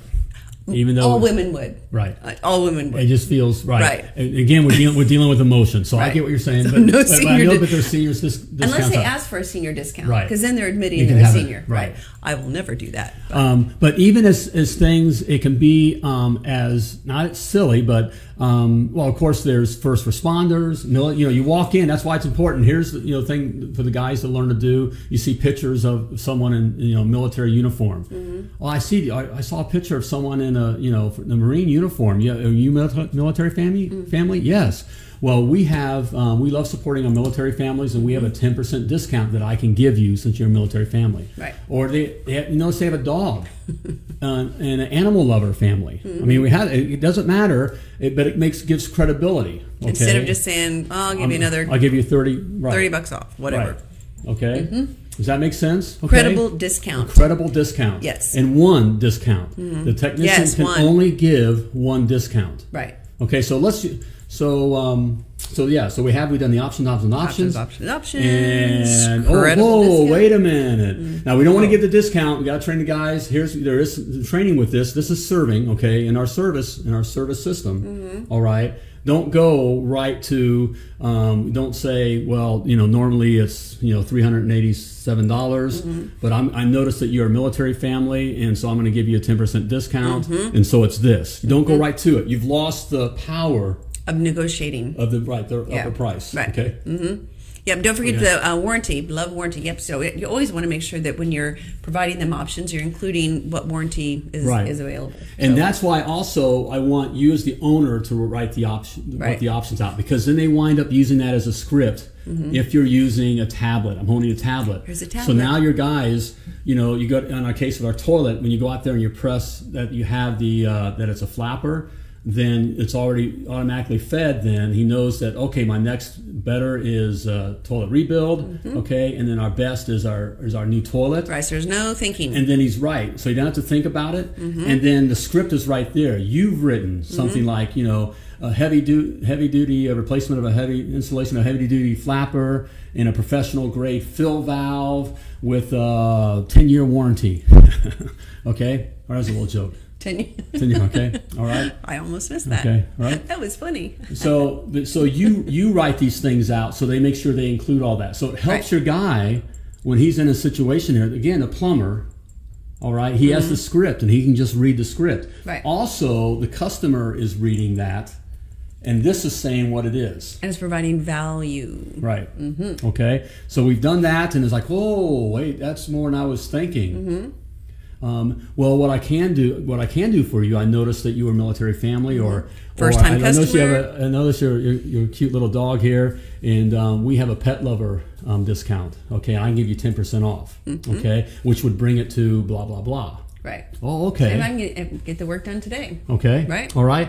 B: even though
C: all women would.
B: Right.
C: Uh, All women
B: It
C: would.
B: just feels right.
C: Right.
B: And Again, we're dealing, we're dealing with emotion, so I
C: Right.
B: get what you're saying.
C: So
B: but,
C: no
B: but- but I
C: senior
B: know
C: di-
B: that there's seniors dis- discounts.
C: Unless they
B: out.
C: ask for a senior discount,
B: Right.
C: because then they're
B: You
C: admitting
B: can
C: they're a
B: have it.
C: senior.
B: Right.
C: I will never do that.
B: Um, but even as, as things, it can be um, as not silly, but um, well, of course, there's first responders. Mili- you know, you walk in. That's why it's important. Here's the you know thing for the guys to learn to do. You see pictures of someone in you know military uniform. Well, I see. I, I saw a picture of someone in a you know the Marine uniform. Yeah, are you military, military family? Family? Yes. Well, we have um, we love supporting our military families, and we have a ten percent discount that I can give you since you're a military family.
C: Right.
B: Or they, they have, notice they have a dog uh, and an animal lover family.
C: Mm-hmm.
B: I mean, we have it, it doesn't matter, it, but it makes gives credibility. Okay?
C: Instead of just saying, oh, I'll give you another
B: I'll give you thirty. Right,
C: 30 bucks off, whatever. Mm-hmm.
B: Right. Okay. Does that make sense? Okay.
C: Credible discount.
B: Credible discount.
C: Yes. Mm-hmm.
B: And one discount. The technician
C: Yes,
B: can
C: one.
B: only give one discount.
C: Right.
B: Okay, so let's so um so yeah, so we have we done the options, options, options,
C: Options, options, options.
B: and oh,
C: Credible
B: whoa,
C: discount.
B: wait a minute.
C: Mm.
B: Now we don't want to give the discount. We got to train the guys. Here's there is training with this. This is serving, okay, in our service in our service system.
C: Mm-hmm.
B: All right. Don't go right to. Um, don't say, well, you know, normally it's you know three hundred and eighty-seven dollars,
C: Mm-hmm.
B: but I'm, I noticed that you're a military family, and so I'm going to give you a ten percent discount,
C: Mm-hmm.
B: and so it's this. Don't go right to it. You've lost the power
C: Of negotiating.
B: of the right the,
C: Yeah.
B: of the price.
C: Right.
B: Okay.
C: Yep. Don't forget the uh, warranty, love warranty. Yep. So it- you always want to make sure that when you're providing them options, you're including what warranty is,
B: Right.
C: is available.
B: And that's why also I want you as the owner to write the option, write
C: Right.
B: the options out because then they wind up using that as a script. If you're using a tablet, I'm holding a tablet.
C: Mm-hmm. Here's a
B: So
C: tablet.
B: now your guys, you know, you go in our case of our toilet when you go out there and you press that you have the uh, that it's a flapper, then it's already automatically fed. Then he knows that okay, my next better is uh, toilet rebuild,
C: Mm-hmm.
B: okay, and then our best is our is our new toilet
C: Right. So there's no thinking.
B: and then he's right. So you don't have to think about it. And then the script is right there. You've written something like, you know, a heavy du- heavy duty a replacement of a heavy installation of a heavy duty flapper and a professional grade fill valve with a 10 year warranty. okay? Or that's a little joke.
C: 10
B: 10 year, okay? All right.
C: I almost missed that.
B: Okay, all right.
C: That was funny.
B: So, but- so you you write these things out, so they make sure they include all that. So it helps
C: Right.
B: your guy when he's in a situation here. Again, a plumber, all right. He has the script, and he can just read the script.
C: Mm-hmm. Right.
B: Also, the customer is reading that, and this is saying what it is.
C: And it's providing value.
B: Right. Mm-hmm. Okay. So we've done that, and it's like, whoa, wait, that's more than I was thinking.
C: Mm-hmm.
B: Um, well, what I can do, what I can do for you, I noticed that you were a military family, or
C: First
B: or
C: time
B: I, I noticed you have
C: customer.
B: a, I noticed your your, your cute little dog here, and um, we have a pet lover um, discount. Okay, I can give you ten percent off.
C: Mm-hmm.
B: Okay, which would bring it to blah blah blah.
C: Right.
B: Oh, okay.
C: And I can get, get the work done today.
B: Okay.
C: Right? Mm-hmm.
B: All right?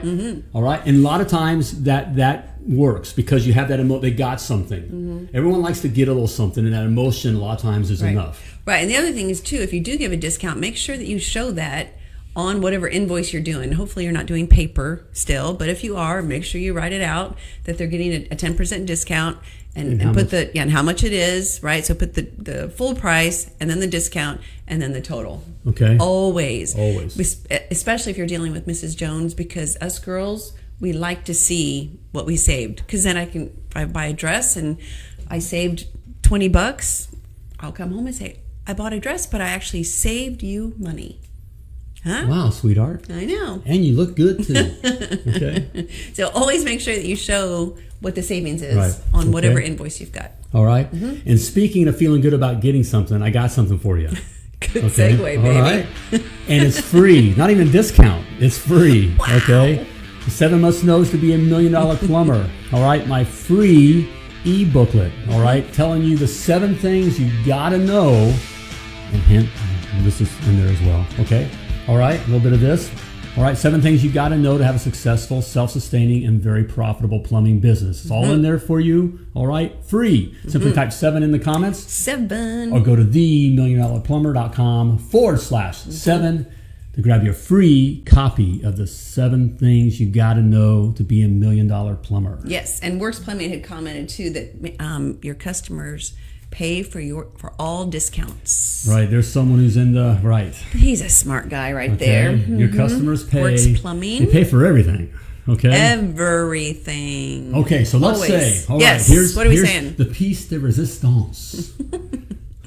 B: All right. And a lot of times that that works because you have that emo They got something. Everyone likes to get a little something, and that emotion a lot of times is
C: Mm-hmm. Right.
B: enough.
C: Right. And the other thing is, too, if you do give a discount, make sure that you show that on whatever invoice you're doing. Hopefully, you're not doing paper still, but if you are, make sure you write it out that they're getting a, a 10% discount and, and,
B: how
C: put
B: much-
C: the, yeah, and how much it is, right? So put the, the full price and then the discount and then the total.
B: Okay.
C: Always.
B: Always.
C: We es- Especially if you're dealing with Mrs. Jones, because us girls, we like to see what we saved. Because then I can, if I buy a dress and I saved 20 bucks, I'll come home and say, I bought a dress, but I actually saved you money. Huh?
B: Wow, sweetheart.
C: I know.
B: And you look good too. okay.
C: So always make sure that you show what the savings is
B: Right.
C: on whatever
B: Okay.
C: invoice you've got.
B: All right?
C: Mm-hmm.
B: And speaking of feeling good about getting something, I got something for you.
C: Good
B: Okay.
C: segue, baby.
B: All right. and it's free. Not even discount. It's free. Okay. Seven months notice to be a million dollar plumber. All right. My free e booklet. All right. Telling you the seven things you gotta know. And hint, this is in there as well. Okay. All right. A little bit of this. All right. Seven things you gotta know to have a successful, self sustaining, and very profitable plumbing business. It's
C: Mm-hmm.
B: all in there for you. All right. Free. Simply type seven in the comments
C: Seven.
B: or go to themilliondollarplumber.com forward slash seven to grab your free copy of the seven things you got to know to be a million dollar plumber.
C: Yes, and Works Plumbing had commented too that um, your customers pay for your for all discounts.
B: Right. There's someone who's in the right.
C: He's a smart guy right
B: Okay?
C: there. Mm-hmm.
B: Your customers pay.
C: Works plumbing.
B: They pay for everything. Okay.
C: Everything.
B: Okay, so let's
C: Mm. Always.
B: say, all right,
C: yes.
B: here's,
C: what are we
B: here's
C: saying?
B: the piece de resistance.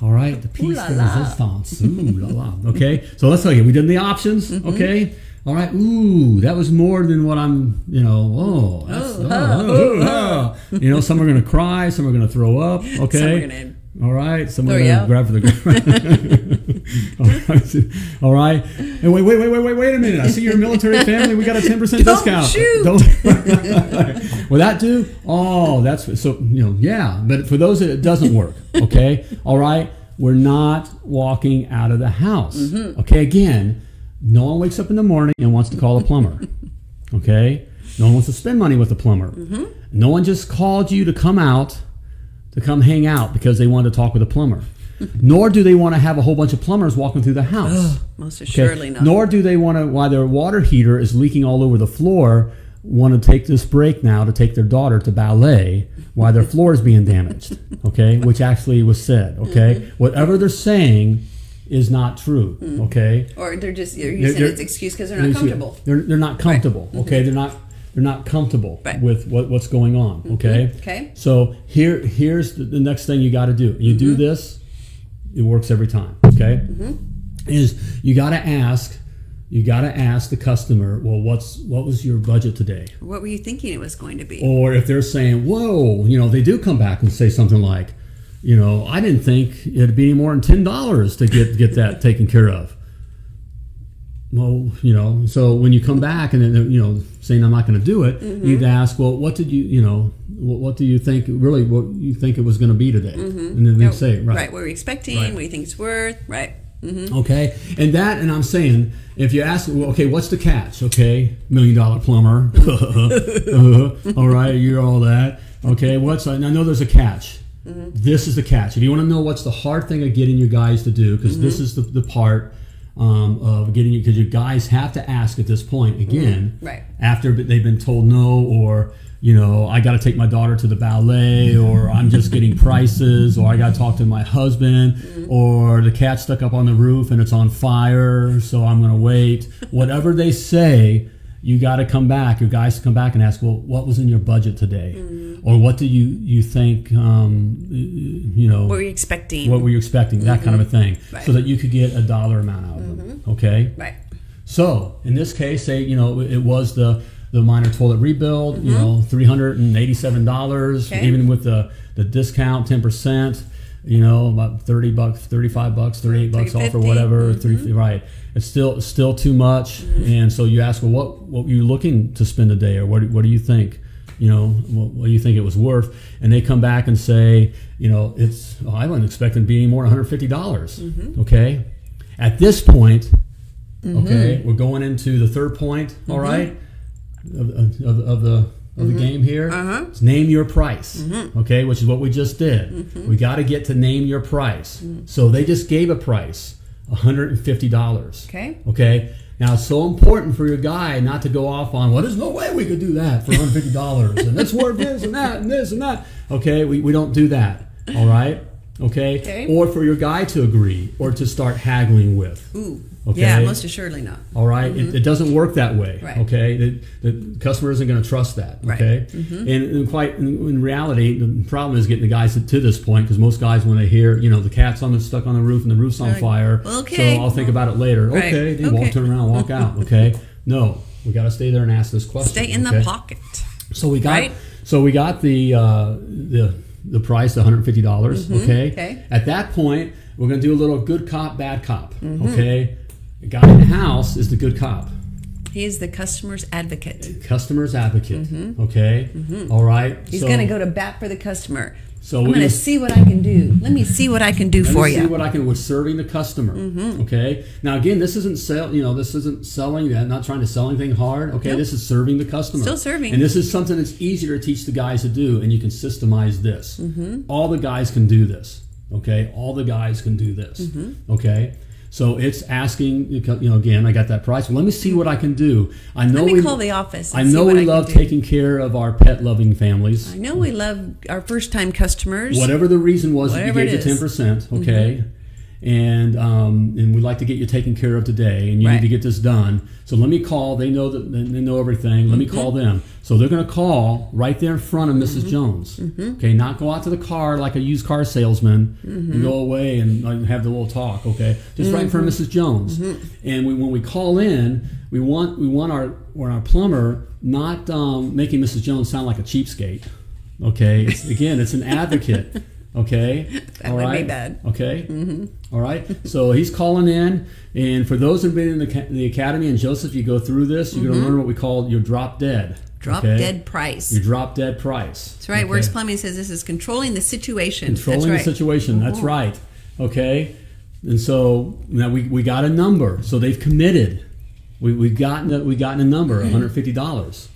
B: all right, the piece
C: la
B: de
C: la.
B: resistance. Ooh la la. Okay, so let's look. We did the options.
C: Mm-hmm.
B: Okay, all right. Ooh, that was more than what I'm. You know, whoa. That's,
C: Oh,
B: oh,
C: huh,
B: oh, oh. You know, some are gonna cry, some are gonna throw up. Okay.
C: Some are gonna-
B: all right, some
C: Throw
B: are
C: you
B: gonna
C: up.
B: grab for the ground. All right, and wait, wait, wait, wait, wait, wait a minute! I see you're a military family. We got a ten percent
C: Don't
B: discount.
C: shoot.
B: Will that do? Oh, that's so you know, yeah. But for those that it doesn't work, okay, all right, we're not walking out of the house.
C: Mm-hmm.
B: Okay, again, no one wakes up in the morning and wants to call a plumber. Okay, no one wants to spend money with a plumber. No one just called you to come out to come hang out because they wanted to talk with a plumber. Nor do they want to have a whole bunch of plumbers walking through the house.
C: Most
B: Okay.
C: assuredly not.
B: Nor do they want to, while their water heater is leaking all over the floor, want to take this break now to take their daughter to ballet while their floor is being damaged. Okay, which actually was said. Okay, whatever they're saying is not true. Okay,
C: or they're just you're
B: They're-
C: using
B: they're-
C: it's excuse because they're not comfortable. Mm-hmm.
B: They're, they're not comfortable. Okay, they're not they're not comfortable
C: Right. Mm-hmm.
B: with what, what's going on. Okay.
C: Okay.
B: So here here's the, the next thing you got to do. You do
C: Mm-hmm.
B: this, it works every time. Okay.
C: Mm-hmm.
B: Is you got to ask. You got to ask the customer. Well, what's what was your budget today?
C: What were you thinking it was going to be?
B: Or if they're saying, "Whoa," you know, they do come back and say something like, "You know, I didn't think it'd be any more than ten dollars to get get that taken care of." Well, you know, so when you come back and then they're, you know saying I'm not going to do it,
C: Mm-hmm.
B: you'd ask, "Well, what did you you know what, what do you think really what you think it was going to be today?" And then they
C: Mm-hmm. No,
B: say,
C: right.
B: "Right,
C: What were you expecting?
B: Right.
C: What do you think it's worth? Right.
B: Okay, and that, and I'm saying, if you ask, well, okay, what's the catch? Okay, million dollar plumber. all right, you're all that. Okay, what's? And I know there's a catch. This is the catch. If you want to know what's the hard thing of getting your guys to do, because this is the, the part um, of getting you, because your guys have to ask at this point again,
C: Right.
B: After they've been told no, or you know, I got to take my daughter to the ballet, or I'm just getting prices, or I got to talk to my husband,
C: Mm-hmm.
B: or the cat stuck up on the roof and it's on fire, so I'm going to wait. Whatever they say, you got to come back. Your guys come back and ask, well, what was in your budget today,
C: Mm-hmm.
B: or what do you you think? Um, y- y- you know,
C: What were you expecting?
B: what were you expecting? That kind of a thing,
C: Right. Mm-hmm.
B: so that you could get a dollar amount out of them. Okay.
C: right.
B: So in this case, say you know it was the the minor toilet rebuild. You know, three hundred and eighty-seven dollars,
C: Okay.
B: even with the the discount, ten percent. You know, about thirty bucks, thirty-five bucks, thirty-eight bucks off or
C: 350.
B: whatever. Three, right? It's still still too much. And so you ask, well, what what were you looking to spend a day, or what do- what do you think? You know, what, what do you think it was worth? And they come back and say, you know, it's oh, I wasn't expecting to be any more than one hundred fifty dollars. Okay, at this point,
C: Mm-hmm.
B: Okay, we're going into the third point. all right, of, of, of- of the of the game here.
C: Uh-huh. Mm-hmm.
B: It's name your price. Okay, which is what we just did. We got to get to name your price.
C: Mm.
B: So they just gave a price, one hundred and fifty dollars.
C: Okay.
B: Okay. Now it's so important for your guy not to go off on, well, there's no way we could do that for $150 and that's worth this and that and this and that. Okay, we, we don't do that. All right? Okay?
C: Okay.
B: Or for your guy to agree or to start haggling with.
C: Ooh.
B: Okay.
C: Yeah. Most assuredly not.
B: All right? it, it doesn't work that way.
C: Right.
B: Okay, the, the customer isn't going to trust that.
C: Right. Mm-hmm.
B: Okay, and, and quite in, in reality, the problem is getting the guys to, to this point because most guys, when they hear, you know, the cat's on the stuck on the roof and the roof's on
C: Like,
B: fire,
C: okay.
B: so I'll think about it later.
C: Right.
B: Okay, they
C: Okay.
B: walk, turn around, walk out. Okay, no, we got to stay there and ask this question.
C: Stay in
B: okay?
C: the pocket.
B: So we got
C: Right?
B: so we got the uh, the the price, one hundred fifty dollars. Okay?
C: Mm-hmm. okay.
B: At that point, we're gonna do a little good cop, bad cop.
C: Mm-hmm.
B: Okay. The guy in the house is the good cop,
C: He is the customer's advocate.
B: customer's advocate. Okay. All right.
C: Mm-hmm. He's going to go to bat for the customer.
B: So
C: I'm
B: we're
C: going to
B: gonna-
C: see what I can do. Let me see what I can do for Mm-hmm.
B: Let me see
C: you.
B: what I can with serving the customer. Okay. Now again, this isn't sell. You know, this isn't selling. I'm not trying to sell anything hard. Okay. This is serving the customer.
C: Still serving.
B: And this is something that's easier to teach the guys to do, and you can systemize
C: Mm-hmm. Mm-hmm.
B: this. All the guys can do this. Okay. All the guys can do this. Okay. So it's asking, you know, again, I got that price. Well, let me see what I can do. I know
C: Let me
B: we
C: call the office
B: I
C: and see
B: know
C: what
B: we
C: I can
B: love
C: do.
B: taking care of our pet loving families.
C: I know we love our first time customers.
B: Whatever the reason was that you
C: Whatever it
B: gave the ten
C: is.
B: percent, okay, and um, and we'd like to get you taken care of today, and you need
C: Right.
B: to get this done. So let me call. They know that they they know everything. Let me call them. So they're going to call right there in front of missus Jones. Okay, not go out to the car like a used car salesman and go away and like, have the little talk. Okay, just right in front of Mrs. Jones. And we, when we call in, we want we want our or our plumber not um, making Mrs. Jones sound like a cheapskate. Okay, it's, again, it's an advocate. Okay, that
C: would be bad.
B: Okay, mm-hmm. right. So he's calling in, and for those who've been in the, ca- the academy, and Joseph, you go through this, you're going to learn what we call your drop dead.
C: Mm-hmm. Drop
B: okay?
C: dead price.
B: Your drop dead price.
C: That's right.
B: Okay?
C: Works Plumbing says this is controlling the situation.
B: controlling
C: That's right. Mm-hmm.
B: the situation. That's right. Okay, and so now we, we got a number. So they've committed. We we gotten a, we gotten a number,
C: Mm-hmm.
B: one hundred fifty dollars.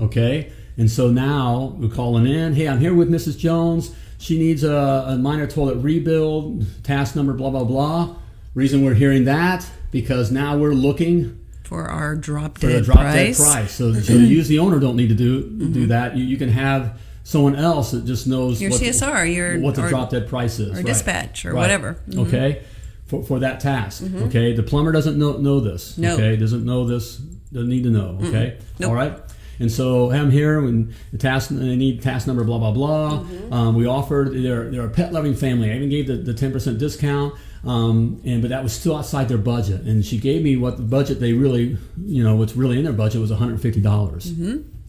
B: Okay, and so now we're calling in. Hey, I'm here with Mrs. Jones. She needs a, a minor toilet rebuild. Task number blah blah blah. Reason we're hearing that because now we're looking
C: For our drop
B: for
C: dead
B: the drop
C: price. Mm-hmm.
B: dead price. So, so you as the owner don't need to do do that. You, you can have someone else that just knows
C: Your CSR, your-
B: what the
C: or-
B: drop dead price is,
C: or
B: right.
C: dispatch or whatever. Mm-hmm.
B: Okay, for, for that task. Okay, the plumber doesn't know know this.
C: No.
B: Okay, doesn't know this. Doesn't need to know. Okay,
C: Nope.
B: all right. And so hey, I'm here when the task they need task number blah blah blah. Um, we offered they're they're a pet loving family. I even gave the ten percent discount. Um, and but that was still outside their budget. And she gave me what the budget they really you know what's really in their budget was 150 dollars.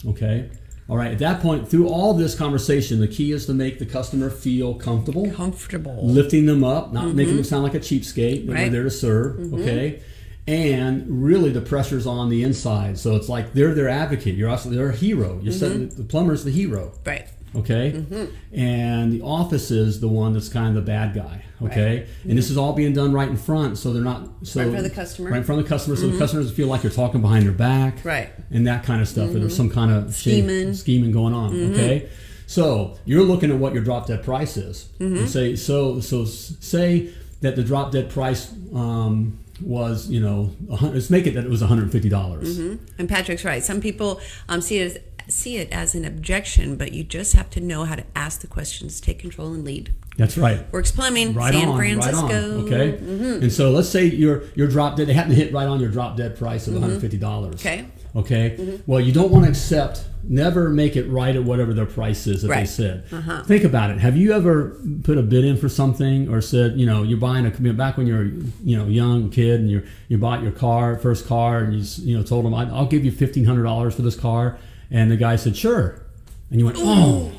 B: Okay. All right. At that point, through all this conversation, the key is to make the customer feel comfortable
C: Comfortable.
B: lifting them up, not making them sound like a cheapskate that we're
C: Right.
B: there to serve. Okay. And really, the pressure's on the inside. So it's like they're their advocate. You're also they're a hero. You're setting the plumber's the hero.
C: Right.
B: Okay.
C: Mm-hmm.
B: And the office is the one that's kind of the bad guy. Okay. And this is all being done right in front, so they're not so
C: Right in front of the customer. Mm-hmm.
B: Right in front of the customer, so the customer doesn't feel like you're talking behind their back.
C: Right. Mm-hmm.
B: And that kind of stuff. And there's some kind of shady
C: Scheming. Mm-hmm.
B: scheming going on. Okay. So you're looking at what your drop dead price is.
C: Mm-hmm.
B: And say so so s- say that the drop dead price um, was you know a hun- let's make it that it was 150 dollars.
C: And Patrick's right. Some people um, see it as, see it as an objection, but you just have to know how to ask the questions, take control, and lead.
B: That's right.
C: Works Plumbing,
B: right
C: San
B: on,
C: Francisco. Mm-hmm.
B: Right on, okay, and so let's say your your drop dead. They happen to hit right on your drop dead price of one hundred fifty dollars.
C: Mm-hmm. Okay. Mm-hmm.
B: Okay. Well, you don't want to accept. Never make it right at whatever their price is that they
C: Right. Uh-huh.
B: said. Think about it. Have you ever put a bid in for something, or said, you know, you're buying a you know, back when you're you know young kid and you you bought your car first car and you s- you know told them I'll give you fifteen hundred dollars for this car, and the guy said sure, and you went oh.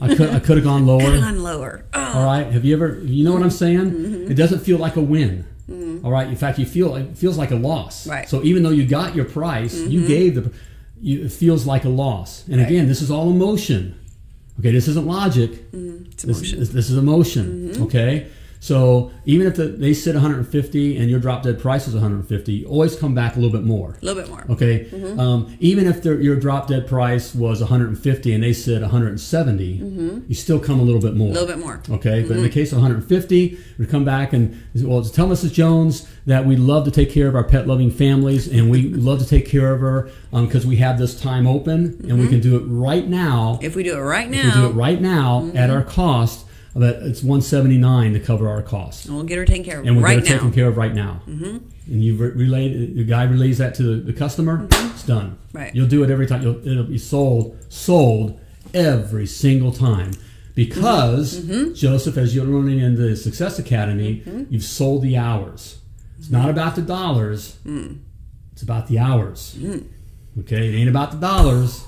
B: I could I could have gone lower.
C: On lower. Oh,
B: All right. Have you ever? You know what I'm saying?
C: Mm-hmm.
B: It doesn't feel like a win. All right. In fact, you feel it feels like a loss.
C: Right. Mm-hmm.
B: So even though you got your price, you gave the, you, it feels like a loss. And again, this is all emotion. Okay. This isn't logic.
C: it's
B: This,
C: Mm-hmm. emotion. Mm-hmm.
B: this, this is emotion. Okay. So even if the, they said 150 and your drop dead price is 150, you always come back a little bit more.
C: A little bit more.
B: Okay.
C: Mm-hmm.
B: Um, even if their, your drop dead price was 150 and they said 170, you still come a little bit more.
C: A Mm-hmm. little bit more.
B: Okay, but in the case of 150, we come back and well, tell Mrs. Jones that we love to take care of our pet loving families and we love to take care of her because we have this time open and we can do it right now.
C: If we do it right
B: we do
C: now,
B: it right now at our cost. But it's 179 to cover our cost,
C: we'll get her taken care of
B: and we're
C: right
B: going to
C: now. Mm-hmm.
B: taken care of right now. And you re- relay the guy relays that to the, the customer. It's done.
C: Mm-hmm. Right.
B: You'll do it every time. You'll, it'll be sold, sold every single time. Because
C: Mm-hmm.
B: Joseph, as you're learning in the Success Academy, you've sold the hours. It's not about the dollars.
C: Mm.
B: It's about the hours. Okay, it ain't about the dollars.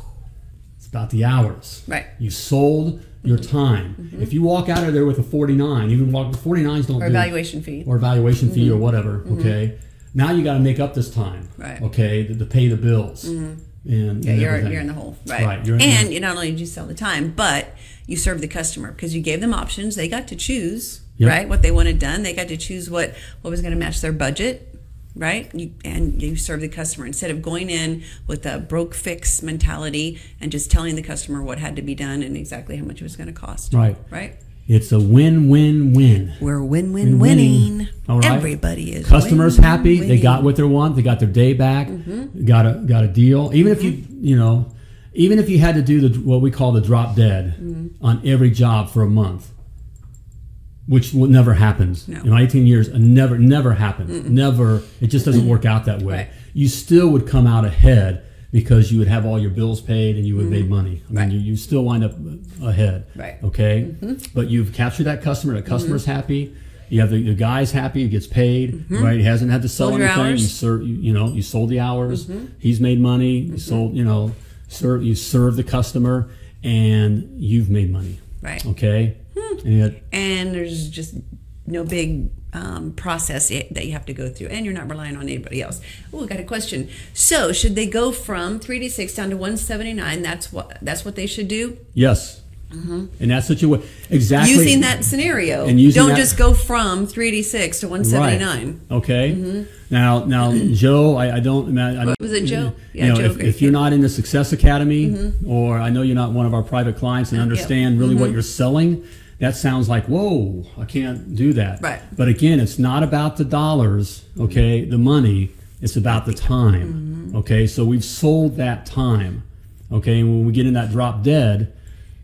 B: It's about the hours.
C: Right. Mm-hmm.
B: You sold your time. If you walk out of there with a 49, even walk 49s don't
C: Or
B: do
C: evaluation fee.
B: or valuation fee or whatever. Okay, now you got to make up this time.
C: Mm-hmm. Right. Mm-hmm.
B: Okay, to, to pay the bills. And,
C: Yeah,
B: and
C: you're,
B: everything.
C: you're in the hole. Right.
B: Right, you're in
C: and
B: the-
C: you not only did you sell the time, but you serve the customer because you gave them options. They got to choose,
B: Yep.
C: right, what they wanted done. They got to choose what, what was going to match their budget, right? You, and you serve the customer instead of going in with a broke fix mentality and just telling the customer what had to be done and exactly how much it was going to cost.
B: Right.
C: Right.
B: It's a win-win-win.
C: We're win win
B: winning.
C: winning.
B: All right.
C: Everybody is
B: Customers
C: win,
B: happy.
C: win,
B: They got
C: winning. Mm-hmm.
B: what they want. They got their day back. Got a got a deal. Even if you you know, even if you had to do the what we call the drop dead
C: Mm-hmm.
B: on every job for a month, which will- never happens.
C: No.
B: In my 18 years, it never never happened. Never. It just doesn't work out that way.
C: Right.
B: You still would come out ahead because you would have all your bills paid and you would have made money. I mean,
C: Mm-hmm. Right.
B: you, you still wind up ahead.
C: Right. Mm-hmm.
B: Okay. But you've captured that customer. The customer's happy. You have the, the guy's happy. He gets paid. Right. He hasn't had to sell
C: Mm-hmm. Sold
B: anything.
C: your
B: You
C: hours. Mm-hmm.
B: serve. You, you know. You sold the hours. He's made money. You sold. You know. Serve. You serve the customer, and you've made money.
C: Right. Hmm.
B: Okay. And yet,
C: And there's just no big um, process i- that you have to go through, and you're not relying on anybody else. Oh, I got a question. So, should they go from 386 down to 179? That's what that's what they should do
B: yes. And that's what you would exactly
C: Mm-hmm. using that scenario.
B: And using
C: Don't
B: that-
C: just go from 386 to 179.
B: Right. Okay. Now, now, Joe, I, I don't. I, I,
C: Mm-hmm. Was it Joe?
B: Yeah,
C: Yeah,
B: you know,
C: Joe Mm-hmm.
B: if,
C: Green.
B: if you're not in the Success Academy, or I know you're not one of our private clients and
C: Yeah.
B: understand really
C: Mm-hmm.
B: what you're selling, that sounds like whoa, I can't do that.
C: Right.
B: But again, it's not about the dollars. Okay, the money. It's about the time.
C: Mm-hmm.
B: Okay, so we've sold that time. Okay, and when we get in that drop dead,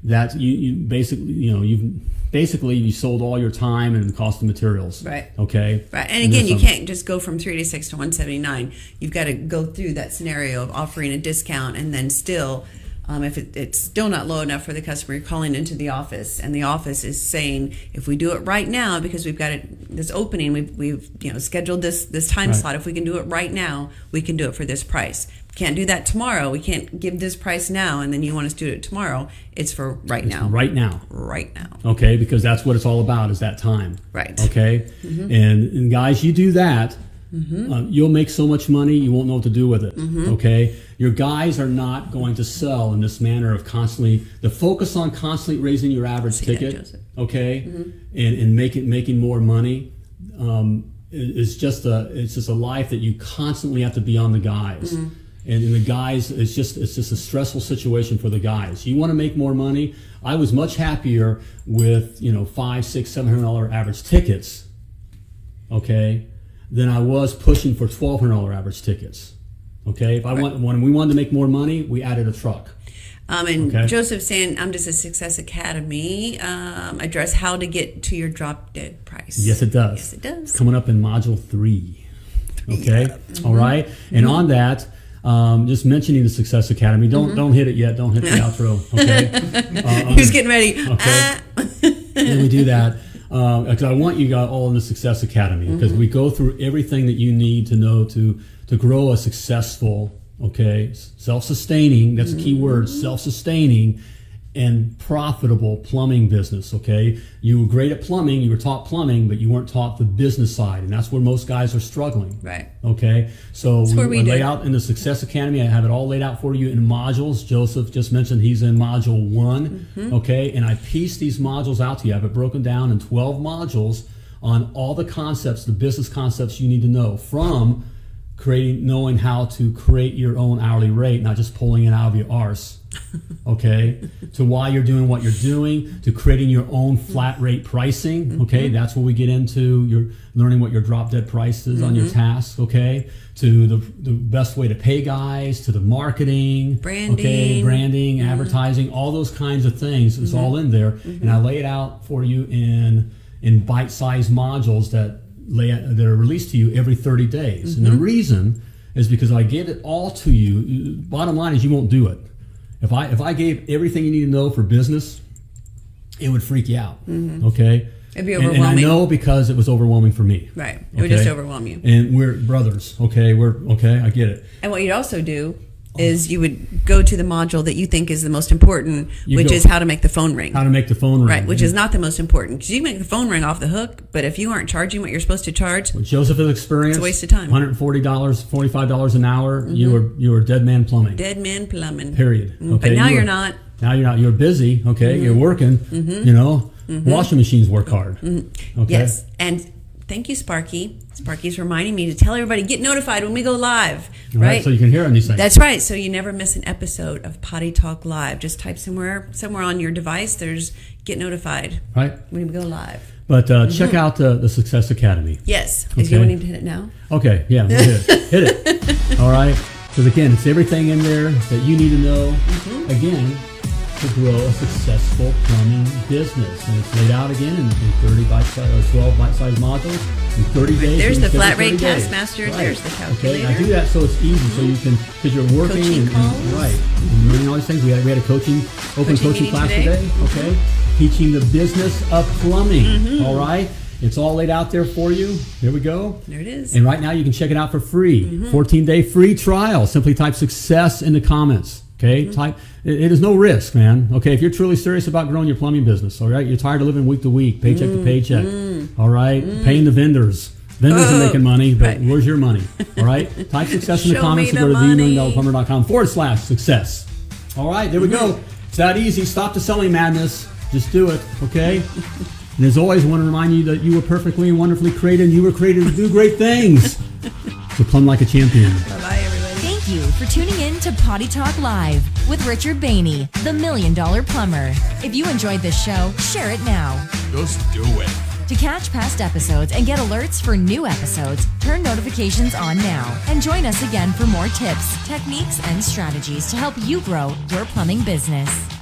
B: that's you, you basically you know you've basically you sold all your time and the cost of materials.
C: Right.
B: Okay.
C: Right. And again,
B: there's
C: you
B: some-
C: can't just go from 386 to 179. You've got to go through that scenario of offering a discount and then still, um, if it, it's still not low enough for the customer, you're calling into the office and the office is saying, if we do it right now, because we've got it, this opening, we've, we've you know scheduled this, this time
B: Right.
C: slot, if we can do it right now, we can do it for this price. Can't do that tomorrow. We can't give this price now and then you want us to do it tomorrow. It's for right now.
B: Right now.
C: Right now.
B: Okay, because that's what it's all about is that time.
C: Right. Mm-hmm.
B: Okay, and, and guys, you do that, uh, you'll make so much money you won't know what to do with it.
C: Mm-hmm.
B: Okay, your guys are not going to sell in this manner of constantly the focus on constantly raising your average
C: that,
B: ticket.
C: Joseph. Mm-hmm.
B: okay, and and making making more money. Um, i- is just a it's just a life that you constantly have to be on the guys.
C: Mm-hmm.
B: And, and the guys, it's just it's just a stressful situation for the guys. You want to make more money. I was much happier with you know five, six, seven hundred dollar average tickets, okay, than I was pushing for twelve hundred dollar average tickets. Okay, if I want when we wanted to make more money, we added a truck.
C: Um, and
B: Okay.
C: Joseph saying, I'm just a Success Academy. Um, address how to get to your drop dead price.
B: Yes, it does.
C: Yes, it does.
B: Coming up in module three. Okay. All right. And on that, um, just mentioning the Success Academy. Don't don't hit it yet. Don't hit the outro. Okay. Uh,
C: He was getting ready.
B: Okay.
C: Ah.
B: and we do that because I want you guys all in the Success Academy because we go through everything that you need to know to to grow a successful, okay, self sustaining. That's a key word, self sustaining. And profitable plumbing business, okay? You were great at plumbing, you were taught plumbing, but you weren't taught the business side, and that's where most guys are struggling.
C: Right.
B: Okay, so we,
C: where we
B: I lay
C: did.
B: out in the Success Academy. I have it all laid out for you in modules. Joseph just mentioned he's in module one.
C: Mm-hmm.
B: Okay, and I piece these modules out to you. I have it broken down in twelve modules on all the concepts, the business concepts you need to know from creating, knowing how to create your own hourly rate, not just pulling it out of your arse. Okay, to why you're doing what you're doing, to creating your own flat rate pricing. Okay, that's where we get into your learning what your drop dead price is on your task. Okay, to the, the best way to pay guys, to the marketing, okay,
C: Branding.
B: branding,
C: Mm-hmm.
B: advertising, all those kinds of things. It's all in there, and
C: Mm-hmm.
B: I lay it out for you in in bite sized modules that lay that are released to you every 30 days. And
C: Mm-hmm.
B: the reason is because I give it all to you. you. Bottom line is you won't do it. If I if I gave everything you need to know for business, it would freak you out. Okay,
C: Mm-hmm. It'd be
B: And- And,
C: overwhelming.
B: I know because it was overwhelming for me.
C: Right. It would just overwhelm you.
B: And we're brothers. Okay, we're okay. I get it.
C: And what you'd also do
B: Oh.
C: is you would go to the module that you think is the most important,
B: You
C: which
B: go-
C: is how to make the phone ring.
B: How to make the phone ring?
C: Right, which is not the most important. 'Cause you can make the phone ring off the hook, but if you aren't charging what you're supposed to charge,
B: With Joseph's experience.
C: It's a waste of time. Mm-hmm.
B: One hundred forty dollars, forty five dollars an hour. You were you were dead man plumbing.
C: dead men plumbing.
B: Period.
C: Mm, But
B: Okay,
C: now
B: you
C: you're
B: are-
C: not. Mm-hmm.
B: Now you're not. You're busy. Okay, you're working. You know, washing machines work hard. Okay.
C: Mm-hmm. Yes. And Thank you, Sparky. Sparky's reminding me to tell everybody get notified when we go live,
B: All
C: right?
B: So you can hear on these things.
C: That's right. So you never miss an episode of Potty Talk Live. Just type somewhere somewhere on your device. There's get notified
B: right.
C: when we go live.
B: But uh, check
C: Mm-hmm.
B: out the, the Success Academy.
C: Yes. Is you
B: Okay.
C: want him to hit it now?
B: Okay, yeah, we'll hit it. hit it. All right. Because again, it's everything in there that you need to know.
C: Mm-hmm.
B: Again, to grow a successful plumbing business, and it's laid out again in, in 30 bite-sized or 12 bite-sized modules in 30 days.
C: There's
B: in
C: the
B: seven
C: flat rate
B: 30 days.
C: Taskmaster,
B: Right.
C: there's the
B: Okay, and I do
C: calculator.
B: that so it's easy, so you can because you're working and,
C: Coaching
B: and-
C: calls.
B: right, and learning all these things. We had we had a coaching open
C: Coaching
B: coaching,
C: meeting
B: class
C: today.
B: today okay? Teaching the business of plumbing,
C: Mm-hmm.
B: all right? It's all laid out there for you. There we go.
C: There it is.
B: And right now you can check it out for free.
C: Mm-hmm.
B: 14 day free trial. Simply type success in the comments. Okay,
C: Mm-hmm.
B: type. It it is no risk, man. Okay, if you're truly serious about growing your plumbing business, all right, you're tired of living week to week, paycheck to
C: Mm-hmm.
B: paycheck, all right, paying the vendors. Vendors
C: Oh,
B: are making money, but
C: right.
B: where's your money? All right, type success in the
C: Show
B: comments
C: me
B: and go to
C: the money.
B: themilliondollarplumber.com forward slash success. All right, there we go. It's that easy. Stop the selling madness. Just do it, okay? and as always, I want to remind you that you were perfectly and wonderfully created and you were created to do great things. so plumb like a champion.
C: Bye bye, everybody.
D: Thank you for tuning in to Potty Talk Live with Richard Bainey, the Million Dollar Plumber. If you enjoyed this show, share it now.
A: Just do it.
D: To catch past episodes and get alerts for new episodes, turn notifications on now and join us again for more tips, techniques, and strategies to help you grow your plumbing business.